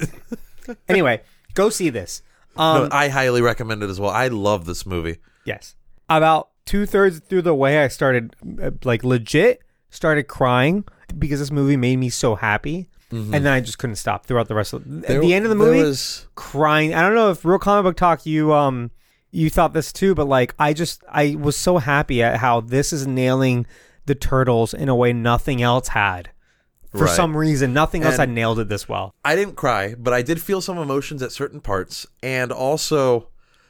Speaker 1: Anyway, go see this.
Speaker 2: No,
Speaker 1: Um,
Speaker 2: i highly recommend it as well i love this movie
Speaker 1: yes. About two thirds through the way, I started uh, like legit started crying because this movie made me so happy, and then I just couldn't stop throughout the rest of at the end of the movie.
Speaker 2: Mm-hmm. there was
Speaker 1: crying. I don't know if real comic book talk you um you thought this too, but like I just I was so happy at how this is nailing the turtles in a way nothing else had. For
Speaker 2: Right.
Speaker 1: some reason, nothing else
Speaker 2: And-
Speaker 1: had nailed it this well.
Speaker 2: i didn't cry but i did feel some emotions at certain parts and also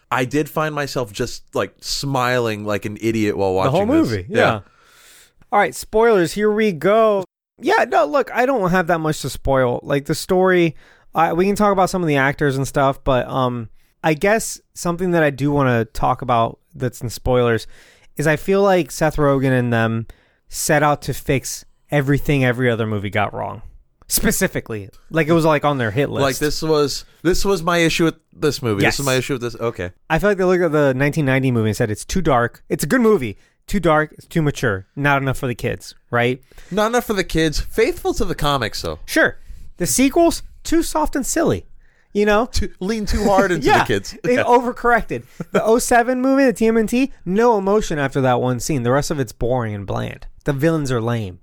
Speaker 2: i did find myself just like smiling like an idiot while watching
Speaker 1: The whole
Speaker 2: this.
Speaker 1: movie, yeah. All right, spoilers. Here we go. Yeah, no, look, I don't have that much to spoil. Like the story, I, we can talk about some of the actors and stuff, but um, I guess something that I do want to talk about that's in spoilers is I feel like Seth Rogen and them set out to fix everything every other movie got wrong. Specifically, like it was like on their hit list.
Speaker 2: like this was this was my issue with this movie this
Speaker 1: Yes.
Speaker 2: is my issue with this okay
Speaker 1: I feel like they looked at the 1990 movie and said it's too dark. It's a good movie, too dark, it's too mature, not enough for the kids, right?
Speaker 2: Not enough for the kids. Faithful to the comics, though.
Speaker 1: Sure. The sequels, too soft and silly. You know?
Speaker 2: Too, lean too hard into
Speaker 1: yeah.
Speaker 2: the kids.
Speaker 1: they overcorrected. oh The 07 movie, the TMNT, no emotion after that one scene. The rest of it's boring and bland. the villains are lame.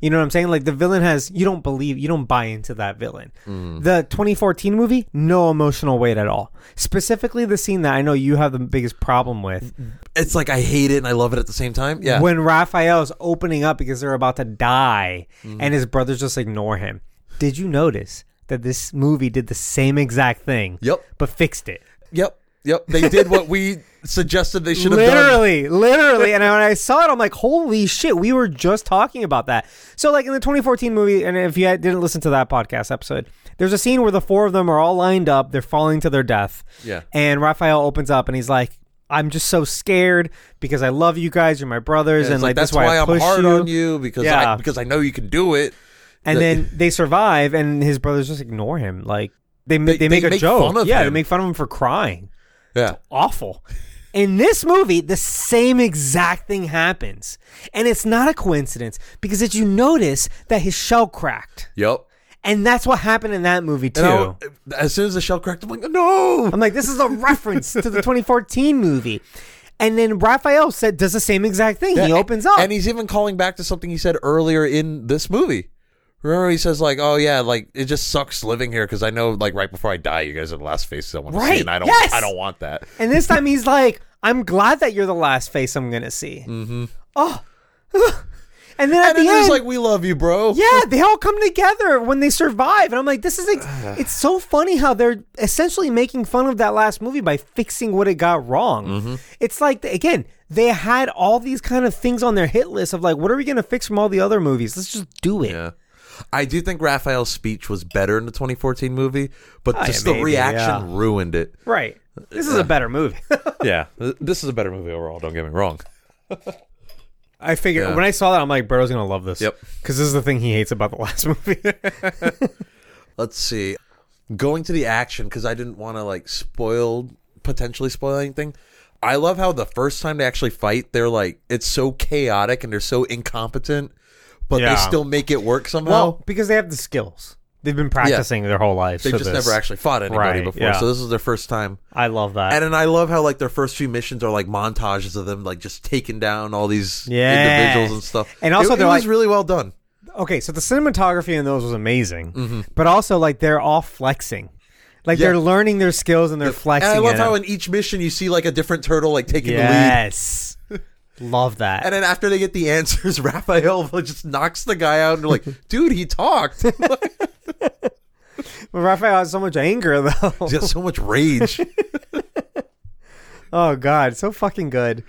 Speaker 1: you know what I'm saying? Like the villain has you don't believe you don't buy into that villain.
Speaker 2: Mm.
Speaker 1: The 2014 movie, no emotional weight at all. Specifically the scene that I know you have the biggest problem with
Speaker 2: It's like I hate it and I love it at the same time. Yeah.
Speaker 1: when Raphael's opening up because they're about to die
Speaker 2: Mm-hmm.
Speaker 1: and his brothers just ignore him. Did you notice that this movie did the same exact thing?
Speaker 2: Yep.
Speaker 1: But fixed it.
Speaker 2: yep. Yep. They did what we suggested they should have done.
Speaker 1: literally, literally. And I- when I saw it, I'm like, holy shit, we were just talking about that. So, like in the 2014 movie, and if you had- didn't listen to that podcast episode, there's a scene where the four of them are all lined up, they're falling to their death.
Speaker 2: Yeah.
Speaker 1: And Raphael opens up and he's like, I'm just so scared because I love you guys. You're my brothers,
Speaker 2: It's
Speaker 1: and
Speaker 2: like,
Speaker 1: like,
Speaker 2: that's
Speaker 1: why, I
Speaker 2: I'm
Speaker 1: push
Speaker 2: hard
Speaker 1: you.
Speaker 2: on you because I
Speaker 1: Yeah.
Speaker 2: because I know you can do it.
Speaker 1: And
Speaker 2: The-
Speaker 1: then they survive, and his brothers just ignore him. Like they ma-
Speaker 2: They-
Speaker 1: they, make
Speaker 2: they
Speaker 1: a
Speaker 2: make
Speaker 1: joke.
Speaker 2: fun of
Speaker 1: yeah, they
Speaker 2: him.
Speaker 1: make fun of him for crying.
Speaker 2: Yeah.
Speaker 1: awful. In this movie, the same exact thing happens. And it's not a coincidence because did you notice that his shell cracked?
Speaker 2: Yep.
Speaker 1: And that's what happened in that movie too.
Speaker 2: And I- as soon as the shell cracked, I'm like, no.
Speaker 1: I'm like, this is a reference to the 2014 movie. And then Raphael said does the same exact thing. he
Speaker 2: Yeah,
Speaker 1: opens up.
Speaker 2: and he's even calling back to something he said earlier in this movie. Remember, he says like, "Oh yeah, like it just sucks living here because I know like right before I die, you guys are the last face I want to see,
Speaker 1: Right,
Speaker 2: and I don't,
Speaker 1: yes!
Speaker 2: I don't want that."
Speaker 1: and this time he's like, I'm glad that you're the last face I'm gonna see. Mm-hmm. Oh. and then at
Speaker 2: And
Speaker 1: the
Speaker 2: then
Speaker 1: end,
Speaker 2: he's like, "We love you, bro."
Speaker 1: Yeah, they all come together when they survive, and I'm like, this is ex- it's so funny how they're essentially making fun of that last movie by fixing what it got wrong.
Speaker 2: Mm-hmm.
Speaker 1: It's like again, they had all these kind of things on their hit list of like, what are we gonna fix from all the other movies? Let's just do it.
Speaker 2: Yeah. I do think Raphael's speech was better in the 2014 movie, but
Speaker 1: yeah,
Speaker 2: just the
Speaker 1: maybe,
Speaker 2: reaction ruined it.
Speaker 1: Right. This is a better movie.
Speaker 2: Yeah, th- this is a better movie overall. Don't get me wrong.
Speaker 1: I figured
Speaker 2: Yeah.
Speaker 1: when I saw that, I'm like, Bro's gonna love this.
Speaker 2: Yep.
Speaker 1: Because this is the thing he hates about the last movie.
Speaker 2: Let's see. Going to the action because I didn't want to like spoil potentially spoil anything. I love how the first time they actually fight, they're like it's so chaotic and they're so incompetent, but
Speaker 1: Yeah.
Speaker 2: they still make it work somehow.
Speaker 1: well, because they have the skills. They've been practicing their whole lives.
Speaker 2: They've
Speaker 1: for
Speaker 2: just
Speaker 1: this.
Speaker 2: never actually fought anybody
Speaker 1: Right,
Speaker 2: before,
Speaker 1: yeah.
Speaker 2: so this is their first time.
Speaker 1: I love that.
Speaker 2: And then I love how like their first few missions are like montages of them like just taking down all these
Speaker 1: Yeah.
Speaker 2: individuals and stuff.
Speaker 1: And also
Speaker 2: it,
Speaker 1: they're
Speaker 2: it was
Speaker 1: like-
Speaker 2: really well done.
Speaker 1: okay, so the cinematography in those was amazing, but also like they're all flexing, like
Speaker 2: Mm-hmm. Yeah.
Speaker 1: they're learning their skills and they're flexing.
Speaker 2: And I love
Speaker 1: it.
Speaker 2: how in each mission you see like a different turtle like taking the lead.
Speaker 1: yes, love that.
Speaker 2: And then after they get the answers, Raphael just knocks the guy out and they're like, dude, he talked.
Speaker 1: But Raphael has so much anger though.
Speaker 2: He's got so much rage.
Speaker 1: oh god, so fucking good.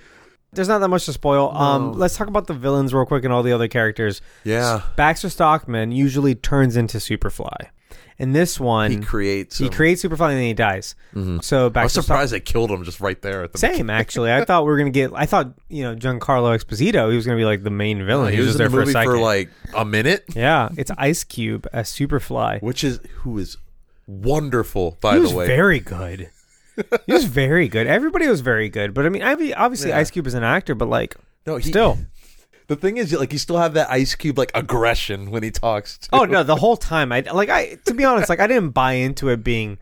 Speaker 1: There's not that much to spoil. Um, let's talk about the villains real quick and all the other characters.
Speaker 2: Yeah.
Speaker 1: Baxter Stockman usually turns into Superfly, and this one
Speaker 2: He creates.
Speaker 1: he
Speaker 2: him.
Speaker 1: creates Superfly and then he dies. So
Speaker 2: Mm-hmm. I was
Speaker 1: Baxter
Speaker 2: surprised they killed him just right there at the
Speaker 1: Same, actually. I thought we were gonna get. I thought you know Giancarlo Esposito. He was gonna be like the main villain.
Speaker 2: He,
Speaker 1: He,
Speaker 2: was,
Speaker 1: was, just
Speaker 2: in the
Speaker 1: there for a
Speaker 2: movie for,
Speaker 1: second.
Speaker 2: like a minute,
Speaker 1: yeah, it's Ice Cube as Superfly.
Speaker 2: which is who is wonderful, by
Speaker 1: He
Speaker 2: the
Speaker 1: was
Speaker 2: way.
Speaker 1: very good. he was very good. Everybody was very good. But I mean, I mean, obviously Ice Cube is an actor, but like
Speaker 2: no, he,
Speaker 1: still.
Speaker 2: The thing is, like, you still have that Ice Cube like aggression when he talks. too.
Speaker 1: Oh no, the whole time I like I to be honest, like I didn't buy into it being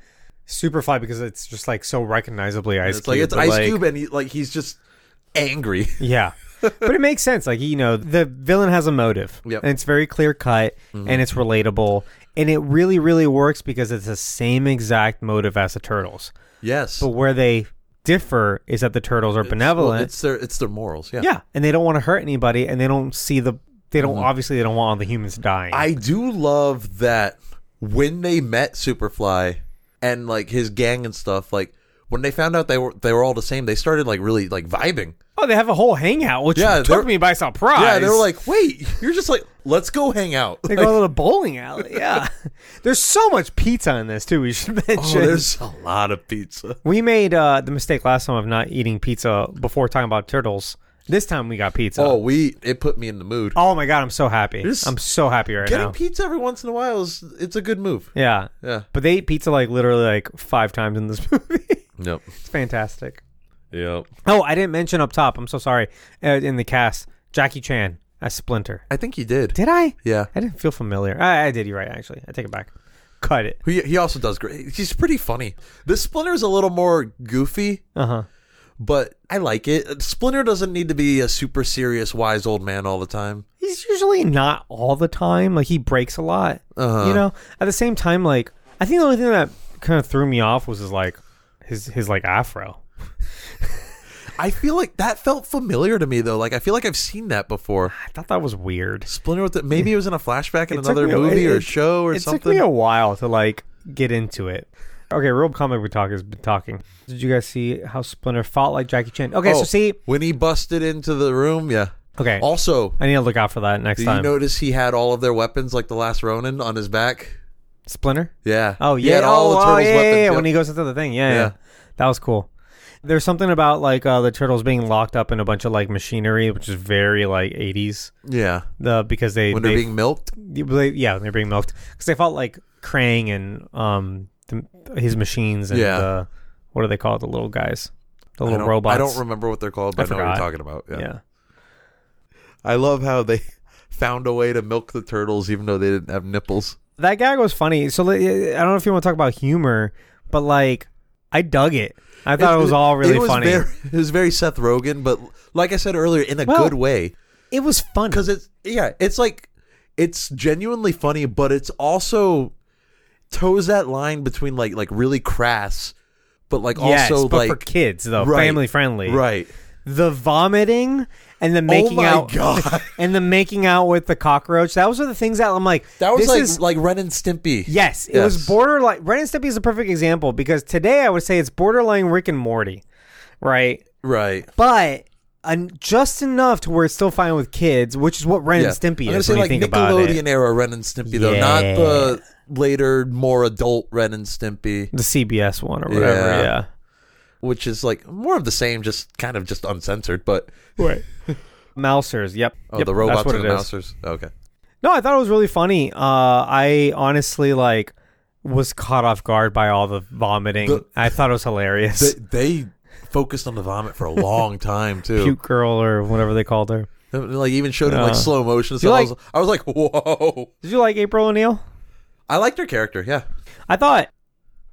Speaker 1: Superfly because it's just like so recognizably Ice
Speaker 2: it's
Speaker 1: Cube.
Speaker 2: like it's
Speaker 1: but,
Speaker 2: Ice
Speaker 1: like-
Speaker 2: Cube, and he, like he's just angry.
Speaker 1: Yeah. but it makes sense. Like, you know, the villain has a motive.
Speaker 2: Yep. Mm-hmm.
Speaker 1: And it's very clear cut and it's relatable. And it really, really works because it's the same exact motive as the turtles.
Speaker 2: yes,
Speaker 1: But where they differ is that the turtles are
Speaker 2: Well,
Speaker 1: benevolent.
Speaker 2: it's their it's their morals. Yeah, Mm-hmm.
Speaker 1: yeah. And they don't want to hurt anybody and they don't see the they don't obviously they don't want all the humans dying.
Speaker 2: I do love that when they met Superfly and like his gang and stuff, like when they found out they were they were all the same, they started like really like vibing.
Speaker 1: oh, they have a whole hangout, which
Speaker 2: Yeah, they're-
Speaker 1: took me by surprise.
Speaker 2: Yeah, they were like, "Wait, you're just like, let's go hang out."
Speaker 1: they go to the bowling alley. Yeah. There's so much pizza in this too, we should mention.
Speaker 2: Oh, there's a lot of pizza.
Speaker 1: We made uh, the mistake last time of not eating pizza before talking about turtles. This time we got pizza.
Speaker 2: Oh,
Speaker 1: Oh,
Speaker 2: we it put me in the mood.
Speaker 1: my god, I'm so happy.
Speaker 2: This-
Speaker 1: I'm so happy right
Speaker 2: Getting
Speaker 1: now.
Speaker 2: pizza every once in a while is it's a good move.
Speaker 1: yeah.
Speaker 2: Yeah.
Speaker 1: But they ate pizza like literally like five times in this movie. it's
Speaker 2: Yep.
Speaker 1: fantastic.
Speaker 2: Yep.
Speaker 1: Oh, I didn't mention up top. I'm so sorry. Uh, in the cast, Jackie Chan as Splinter.
Speaker 2: I think he did.
Speaker 1: Did I?
Speaker 2: Yeah.
Speaker 1: I didn't feel familiar. I, I did. You're right. Actually, I take it back. Cut it.
Speaker 2: He, he also does great. He's pretty funny. This Splinter is a little more goofy,
Speaker 1: Uh huh.
Speaker 2: but I like it. Splinter doesn't need to be a super serious, wise old man all the time.
Speaker 1: He's usually not all the time. Like he breaks a lot.
Speaker 2: Uh-huh.
Speaker 1: You know. At the same time, like I think the only thing that kind of threw me off was his like his his like afro.
Speaker 2: I feel like that felt familiar to me though. Like I feel like I've seen that before.
Speaker 1: I thought that was weird.
Speaker 2: Splinter with it. Maybe it was in a flashback in
Speaker 1: It took
Speaker 2: another
Speaker 1: me a-
Speaker 2: movie or
Speaker 1: it-
Speaker 2: show or
Speaker 1: it
Speaker 2: something.
Speaker 1: took me a while to like get into it. Okay, real comic book talk has been talking. Did you guys see how Splinter fought like Jackie Chan? Okay,
Speaker 2: Oh,
Speaker 1: so see,
Speaker 2: when he busted into the room. Yeah.
Speaker 1: okay,
Speaker 2: Also,
Speaker 1: I need to look out for that next
Speaker 2: did
Speaker 1: time.
Speaker 2: you notice he had all of their weapons, like the last Ronin, on his back?
Speaker 1: Splinter?
Speaker 2: Yeah.
Speaker 1: Oh
Speaker 2: He
Speaker 1: yeah,
Speaker 2: had
Speaker 1: oh,
Speaker 2: all the
Speaker 1: oh,
Speaker 2: turtles'
Speaker 1: yeah, yeah,
Speaker 2: weapons.
Speaker 1: yeah,
Speaker 2: yep.
Speaker 1: when he goes into the thing, yeah, yeah,
Speaker 2: Yeah.
Speaker 1: that was cool. There's something about like uh, the turtles being locked up in a bunch of like machinery, which is very like 80s.
Speaker 2: yeah.
Speaker 1: The because they,
Speaker 2: When
Speaker 1: they
Speaker 2: they're being milked.
Speaker 1: they- yeah when they're being milked because they fought like Krang and um the, his machines and
Speaker 2: Yeah.
Speaker 1: the, what are they called the little guys the
Speaker 2: I
Speaker 1: little
Speaker 2: don't,
Speaker 1: robots
Speaker 2: I don't remember what they're called, but I, know what
Speaker 1: forgot.
Speaker 2: you're talking about. Yeah.
Speaker 1: yeah
Speaker 2: I love how they found a way to milk the turtles even though they didn't have nipples.
Speaker 1: that gag was funny so like, I don't know if you want to talk about humor but like I dug it I thought it, was all really
Speaker 2: it was
Speaker 1: funny
Speaker 2: Very, it was very Seth Rogen, but like I said earlier, in a
Speaker 1: Well-
Speaker 2: good way.
Speaker 1: it was funny
Speaker 2: because it's yeah, it's like it's genuinely funny, but it's also toes that line between like like really crass, but like
Speaker 1: yes,
Speaker 2: also
Speaker 1: but
Speaker 2: like
Speaker 1: for kids though
Speaker 2: Right.
Speaker 1: family friendly
Speaker 2: right.
Speaker 1: the vomiting and the making
Speaker 2: oh my
Speaker 1: out
Speaker 2: god,
Speaker 1: and the making out with the cockroach that was one of the things that I'm like
Speaker 2: that was
Speaker 1: this
Speaker 2: like
Speaker 1: is
Speaker 2: like Ren and Stimpy.
Speaker 1: Yes, it was
Speaker 2: Yes.
Speaker 1: borderline. Ren and Stimpy is a perfect example because today I would say it's borderline Rick and Morty, right?
Speaker 2: right.
Speaker 1: But en- just enough to where it's still fine with kids, which is what Ren
Speaker 2: Yeah.
Speaker 1: and Stimpy
Speaker 2: I'm gonna
Speaker 1: is
Speaker 2: say
Speaker 1: when
Speaker 2: like
Speaker 1: you think about
Speaker 2: Nickelodeon
Speaker 1: it.
Speaker 2: era Ren and Stimpy though, not
Speaker 1: Yeah.
Speaker 2: the later more adult Ren and Stimpy,
Speaker 1: The CBS one or whatever,
Speaker 2: Yeah.
Speaker 1: yeah.
Speaker 2: which is like more of the same, just kind of just uncensored. But
Speaker 1: Right. Mousers, yep.
Speaker 2: oh,
Speaker 1: yep,
Speaker 2: the
Speaker 1: that's
Speaker 2: robots
Speaker 1: what
Speaker 2: and the
Speaker 1: it is.
Speaker 2: mousers. Okay,
Speaker 1: No, I thought it was really funny. Uh, I honestly like was caught off guard by all the vomiting.
Speaker 2: The-
Speaker 1: I thought it was hilarious.
Speaker 2: they, they focused on the vomit for a long time too.
Speaker 1: Cute girl or whatever they called her.
Speaker 2: And, Like even showed in like
Speaker 1: Yeah.
Speaker 2: slow motion.
Speaker 1: Uh. you
Speaker 2: So
Speaker 1: like-
Speaker 2: I, was, I was like, whoa!
Speaker 1: Did you like April O'Neil?
Speaker 2: I liked her character. Yeah,
Speaker 1: I thought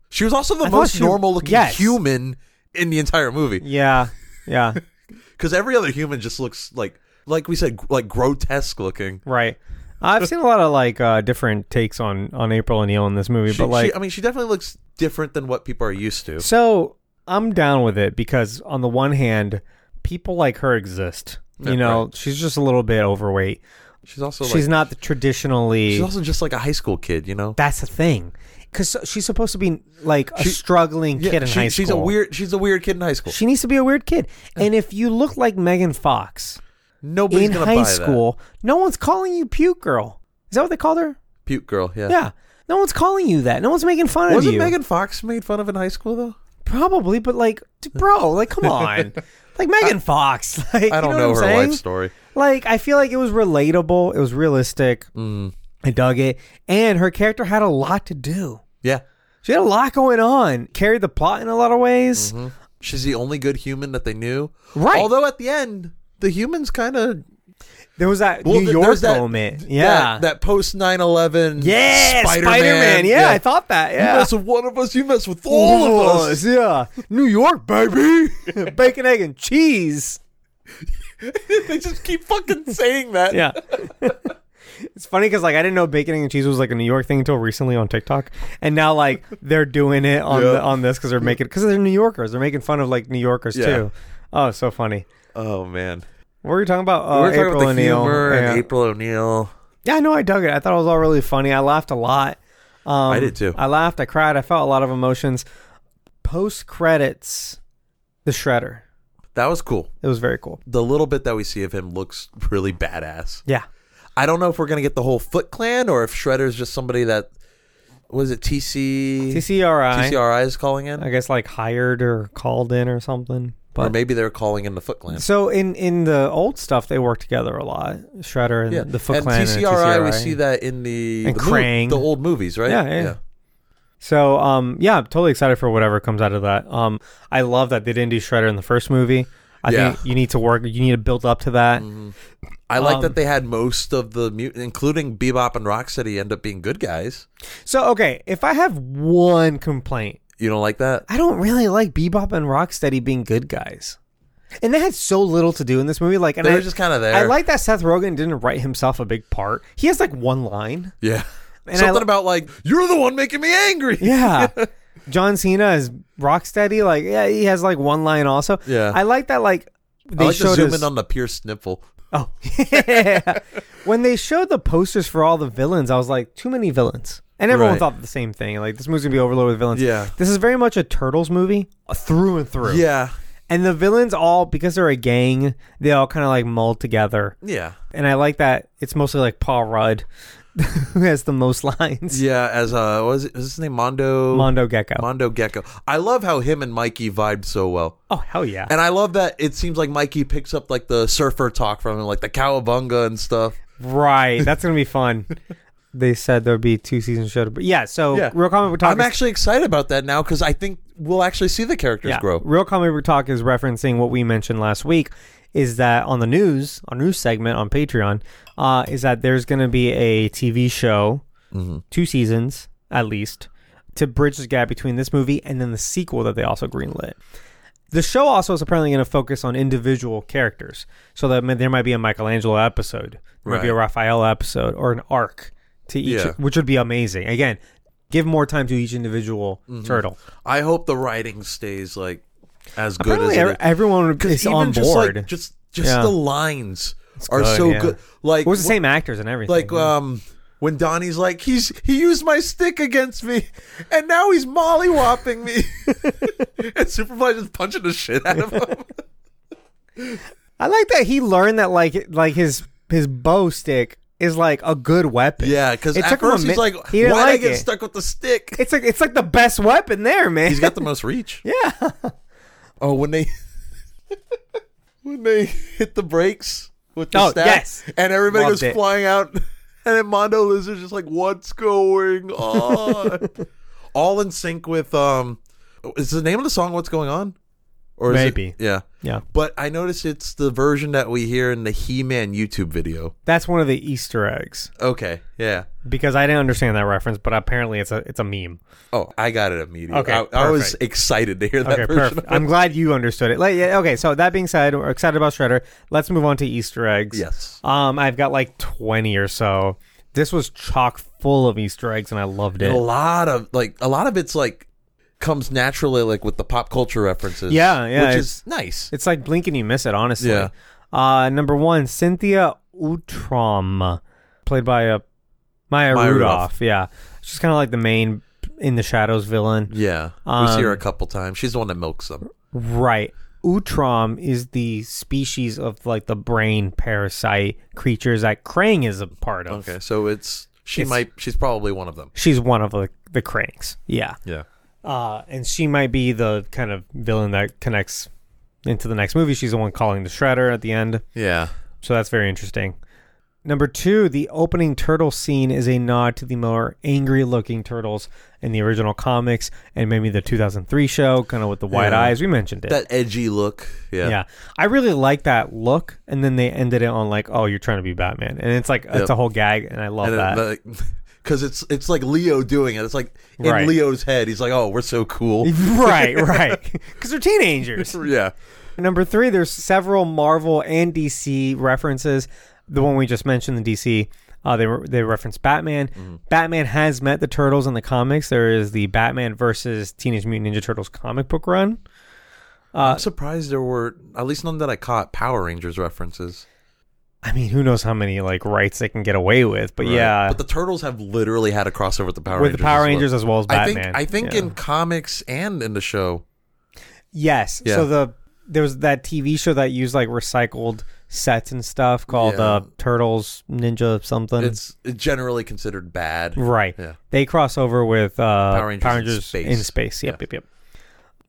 Speaker 2: she was also the
Speaker 1: I thought
Speaker 2: most
Speaker 1: she-
Speaker 2: normal looking
Speaker 1: yes.
Speaker 2: human in the entire movie
Speaker 1: Yeah, yeah,
Speaker 2: because every other human just looks like, like we said, like grotesque looking.
Speaker 1: right. I've seen a lot of like uh, different takes on on April O'Neil in this movie,
Speaker 2: She,
Speaker 1: but like,
Speaker 2: she- I mean, she definitely looks different than what people are used to.
Speaker 1: so I'm down with it because on the one hand, people like her exist. You
Speaker 2: Yeah,
Speaker 1: know, she's just a little bit overweight.
Speaker 2: She's also
Speaker 1: she's
Speaker 2: like,
Speaker 1: not the traditionally.
Speaker 2: she's also just like a high school kid, you know.
Speaker 1: that's a thing, because she's supposed to be like a
Speaker 2: She-
Speaker 1: struggling kid in
Speaker 2: she-
Speaker 1: high school.
Speaker 2: she's a weird. She's a weird kid in high school.
Speaker 1: She needs to be a weird kid, and if you look like Megan Fox
Speaker 2: Nobody's
Speaker 1: in
Speaker 2: gonna
Speaker 1: high
Speaker 2: buy
Speaker 1: school, no one's calling you puke girl. Is that what they called her?
Speaker 2: that. Puke girl. Yeah.
Speaker 1: Yeah. No one's calling you that. No one's making fun of
Speaker 2: Wasn't
Speaker 1: you.
Speaker 2: Megan Fox made fun of in high school though?
Speaker 1: Probably, but like, d- bro, like, come on. like, Megan Fox. Like,
Speaker 2: I don't
Speaker 1: you know,
Speaker 2: her
Speaker 1: what I'm
Speaker 2: life
Speaker 1: saying?
Speaker 2: story.
Speaker 1: Like, I feel like it was relatable. It was realistic.
Speaker 2: Hmm,
Speaker 1: I dug it. And her character had a lot to do.
Speaker 2: Yeah.
Speaker 1: She had a lot going on, carried the plot in a lot of ways.
Speaker 2: She's the only good human that they knew.
Speaker 1: Right.
Speaker 2: Although at the end, the humans kind of
Speaker 1: There was that New York moment. yeah.
Speaker 2: That, post 9/11
Speaker 1: yeah. Spider
Speaker 2: Spider-Man.
Speaker 1: Man. Yeah, I thought that.
Speaker 2: You
Speaker 1: Yeah.
Speaker 2: mess with one of us, you mess with all of us.
Speaker 1: Yeah. New York, baby. Bacon, egg, and cheese.
Speaker 2: they just keep fucking saying that.
Speaker 1: yeah. it's funny because like I didn't know bacon egg, and cheese was like a New York thing until recently on TikTok, and now like they're doing it on
Speaker 2: Yeah.
Speaker 1: the, on this because they're making because they're New Yorkers. They're making fun of like New Yorkers
Speaker 2: Yeah.
Speaker 1: too. Oh, so funny.
Speaker 2: Oh man.
Speaker 1: What were you talking about? Uh,
Speaker 2: we were talking
Speaker 1: April
Speaker 2: about the
Speaker 1: O'Neil.
Speaker 2: humor
Speaker 1: yeah.
Speaker 2: and April O'Neil.
Speaker 1: Yeah, I know. I dug it. I thought it was all really funny. I laughed a lot. Um, I
Speaker 2: did, too.
Speaker 1: I laughed. I cried. I felt a lot of emotions. Post credits, the Shredder.
Speaker 2: That was cool.
Speaker 1: It was very cool.
Speaker 2: The little bit that we see of him looks really badass.
Speaker 1: Yeah.
Speaker 2: I don't know if we're gonna get the whole Foot Clan or if Shredder's just somebody that was it TC
Speaker 1: TCRI.
Speaker 2: TCRI is calling in,
Speaker 1: I guess like hired or called in or something. But
Speaker 2: or maybe they're calling in the Foot Clan.
Speaker 1: So in in the old stuff, they work together a lot. Shredder and the Foot
Speaker 2: and
Speaker 1: Clan
Speaker 2: TCRI,
Speaker 1: and TCRI.
Speaker 2: we see that in the
Speaker 1: And
Speaker 2: the, mo-
Speaker 1: Krang.
Speaker 2: the old movies, right?
Speaker 1: Yeah, yeah, yeah. So um, yeah, I'm totally excited for whatever comes out of that. Um, I love that they didn't do Shredder in the first movie. I
Speaker 2: Yeah. Mm.
Speaker 1: think you need to work. You need to build up to that.
Speaker 2: I like
Speaker 1: Um,
Speaker 2: that they had most of the mutant, including Bebop and Rocksteady, end up being good guys.
Speaker 1: So okay, if I have one complaint
Speaker 2: You don't like that?
Speaker 1: I don't really like Bebop and Rocksteady being good guys. And they had so little to do in this movie. Like, and
Speaker 2: They
Speaker 1: I
Speaker 2: were just kinda there.
Speaker 1: I like that Seth Rogen didn't write himself a big part. He has like one line.
Speaker 2: Yeah.
Speaker 1: And
Speaker 2: Something
Speaker 1: I-
Speaker 2: about like you're the one making me angry.
Speaker 1: Yeah. John Cena is Rocksteady. Like, yeah, he has like one line also.
Speaker 2: Yeah.
Speaker 1: I like that. Like, they
Speaker 2: I like to
Speaker 1: showed
Speaker 2: zoom
Speaker 1: his-
Speaker 2: in on the Pierce Sniffle.
Speaker 1: Oh, yeah. when they showed the posters for all the villains, I was like, too many villains. And everyone
Speaker 2: Right.
Speaker 1: thought the same thing. Like, this movie's going to be overloaded with villains.
Speaker 2: Yeah.
Speaker 1: This is very much a Turtles movie uh, through and through.
Speaker 2: Yeah.
Speaker 1: And the villains all, because they're a gang, they all kind of like mull together.
Speaker 2: Yeah.
Speaker 1: And I like that it's mostly like Paul Rudd who has the most lines.
Speaker 2: Yeah, as uh what was, it, was his name Mondo
Speaker 1: Mondo Gecko.
Speaker 2: Mondo Gecko. I love how him and Mikey vibed so well.
Speaker 1: oh, hell yeah.
Speaker 2: And I love that it seems like Mikey picks up like the surfer talk from him, like the cowabunga and stuff.
Speaker 1: right. That's going to be fun. they said there'd be two seasons show. But yeah, so Real Comic Book Talk
Speaker 2: I'm
Speaker 1: is-
Speaker 2: actually excited about that now because I think we'll actually see the characters grow.
Speaker 1: Real comic book talk is referencing what we mentioned last week. Is that on the news, our news segment on Patreon? Uh, is that there's going to be a TV show,
Speaker 2: Mm-hmm.
Speaker 1: two seasons at least, to bridge the gap between this movie and then the sequel that they also greenlit. The show also is apparently going to focus on individual characters, so that there might be a Michelangelo episode, there might be a
Speaker 2: Right.
Speaker 1: Raphael episode, or an arc to each,
Speaker 2: Yeah.
Speaker 1: which would be amazing. Again, give more time to each individual
Speaker 2: Mm-hmm.
Speaker 1: turtle.
Speaker 2: I hope the writing stays like as good
Speaker 1: Apparently,
Speaker 2: as it
Speaker 1: ev-
Speaker 2: is.
Speaker 1: everyone is
Speaker 2: Even
Speaker 1: on
Speaker 2: just,
Speaker 1: board.
Speaker 2: Like, just just
Speaker 1: Yeah.
Speaker 2: the lines are
Speaker 1: good,
Speaker 2: so
Speaker 1: yeah.
Speaker 2: good. Like
Speaker 1: it was the
Speaker 2: wh-
Speaker 1: same actors and everything.
Speaker 2: Like um when Donnie's like he's he used my stick against me and now he's mollywopping me and Superfly just punching the shit out of him.
Speaker 1: I like that he learned that like like his his bow stick is like a good weapon.
Speaker 2: yeah, because
Speaker 1: It
Speaker 2: at
Speaker 1: took him a
Speaker 2: first he's
Speaker 1: mi-
Speaker 2: like,
Speaker 1: he
Speaker 2: why
Speaker 1: didn't
Speaker 2: would I
Speaker 1: like
Speaker 2: get
Speaker 1: it."
Speaker 2: stuck with the stick?
Speaker 1: it's like it's like the best weapon there, man.
Speaker 2: He's got the most reach.
Speaker 1: yeah,
Speaker 2: Oh, when they when they hit the brakes with the
Speaker 1: Oh,
Speaker 2: staff,
Speaker 1: yes.
Speaker 2: and everybody
Speaker 1: Loved
Speaker 2: goes
Speaker 1: it.
Speaker 2: flying out, and then Mondo Lizard's just like, "What's going on?" All in sync with um, is the name of the song "What's Going On"? Or it-
Speaker 1: Maybe.
Speaker 2: yeah.
Speaker 1: yeah.
Speaker 2: But I noticed it's the version that we hear in the He-Man YouTube video.
Speaker 1: That's one of the Easter eggs
Speaker 2: Okay, yeah.
Speaker 1: because I didn't understand that reference, but apparently it's a it's a meme.
Speaker 2: Oh, I got it immediately.
Speaker 1: Okay,
Speaker 2: I, I was
Speaker 1: perfect.
Speaker 2: excited to hear that
Speaker 1: Okay,
Speaker 2: version.
Speaker 1: perfect.
Speaker 2: of it.
Speaker 1: I'm glad you understood it. Like, yeah, okay, so that being said, we're excited about Shredder. Let's move on to Easter eggs.
Speaker 2: Yes.
Speaker 1: Um, I've got like 20 or so. This was chock full of Easter eggs, and I loved it.
Speaker 2: a lot of like a lot of it's like comes naturally like with the pop culture references.
Speaker 1: Yeah, yeah,
Speaker 2: which
Speaker 1: it's-
Speaker 2: is nice.
Speaker 1: It's like blink and you miss it, honestly.
Speaker 2: Yeah.
Speaker 1: Uh, number one, Cynthia Utrom, played by a Maya,
Speaker 2: Maya
Speaker 1: Rudolph. Yeah, she's kind of like the main in the shadows villain,
Speaker 2: yeah, we
Speaker 1: Um,
Speaker 2: see her a couple times. She's the one that milks them.
Speaker 1: right? Utrom is the species of like the brain parasite creatures that Krang is a part of.
Speaker 2: Okay, so it's she
Speaker 1: It's-
Speaker 2: might she's probably one of them.
Speaker 1: She's one of the, the Krangs. Yeah.
Speaker 2: Yeah,
Speaker 1: Uh, and she might be the kind of villain that connects into the next movie. She's the one calling the Shredder at the end.
Speaker 2: yeah.
Speaker 1: So that's very interesting. Number two, the opening turtle scene is a nod to the more angry looking turtles in the original comics and maybe the 2003 show, kind of with the wide
Speaker 2: Yeah.
Speaker 1: eyes. We mentioned it.
Speaker 2: That edgy look. Yeah,
Speaker 1: yeah. I really like that look. And then they ended it on, like, oh, you're trying to be Batman. And it's like, it's
Speaker 2: Yep.
Speaker 1: a whole gag. And I love
Speaker 2: and
Speaker 1: that.
Speaker 2: because it's it's like Leo doing it. It's like in
Speaker 1: Right.
Speaker 2: Leo's head, he's like, "Oh, we're so cool."
Speaker 1: right, right. Because they're teenagers.
Speaker 2: yeah,
Speaker 1: Number three, there's several Marvel and DC references. The one we just mentioned, the DC, uh, they re- they reference Batman.
Speaker 2: Mm-hmm.
Speaker 1: Batman has met the Turtles in the comics. There is the Batman versus Teenage Mutant Ninja Turtles comic book run.
Speaker 2: I'm surprised there were at least none that I caught Power Rangers references.
Speaker 1: I mean, who knows how many like rights they can get away with? But
Speaker 2: Right.
Speaker 1: yeah,
Speaker 2: but the Turtles have literally had a crossover with the Power
Speaker 1: with
Speaker 2: Rangers
Speaker 1: the Power
Speaker 2: as well.
Speaker 1: Rangers as well as
Speaker 2: I
Speaker 1: Batman.
Speaker 2: think I think
Speaker 1: Yeah.
Speaker 2: in comics and in the show.
Speaker 1: yes.
Speaker 2: Yeah.
Speaker 1: So the there was that TV show that used like recycled sets and stuff called
Speaker 2: Yeah.
Speaker 1: uh, Turtles Ninja something.
Speaker 2: It's generally considered bad.
Speaker 1: Right.
Speaker 2: Yeah.
Speaker 1: They cross over with uh, Power
Speaker 2: Power
Speaker 1: Rangers,
Speaker 2: Rangers in
Speaker 1: in,
Speaker 2: space.
Speaker 1: space. Yep, yep, yep.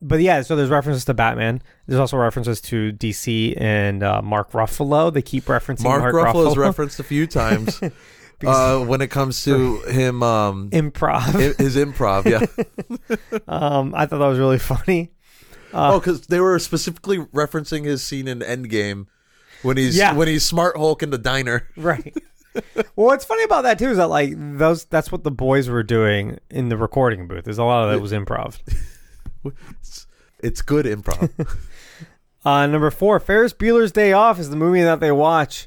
Speaker 1: But yeah, so there's references to Batman. There's also references to DC and uh, Mark Ruffalo. They keep referencing Mark,
Speaker 2: Mark, Ruffalo is
Speaker 1: Ruffalo.
Speaker 2: referenced a few times uh, when it comes to him um,
Speaker 1: improv.
Speaker 2: i- his improv. Yeah.
Speaker 1: Um, I thought that was really funny.
Speaker 2: oh, because they were specifically referencing his scene in Endgame when he's
Speaker 1: Yeah.
Speaker 2: when he's smart Hulk in the diner.
Speaker 1: Right. well, what's funny about that too is that like those that's what the boys were doing in the recording booth. There's a lot of that was improv.
Speaker 2: It's, it's good improv.
Speaker 1: Uh, number four, Ferris Bueller's Day Off is the movie that they watch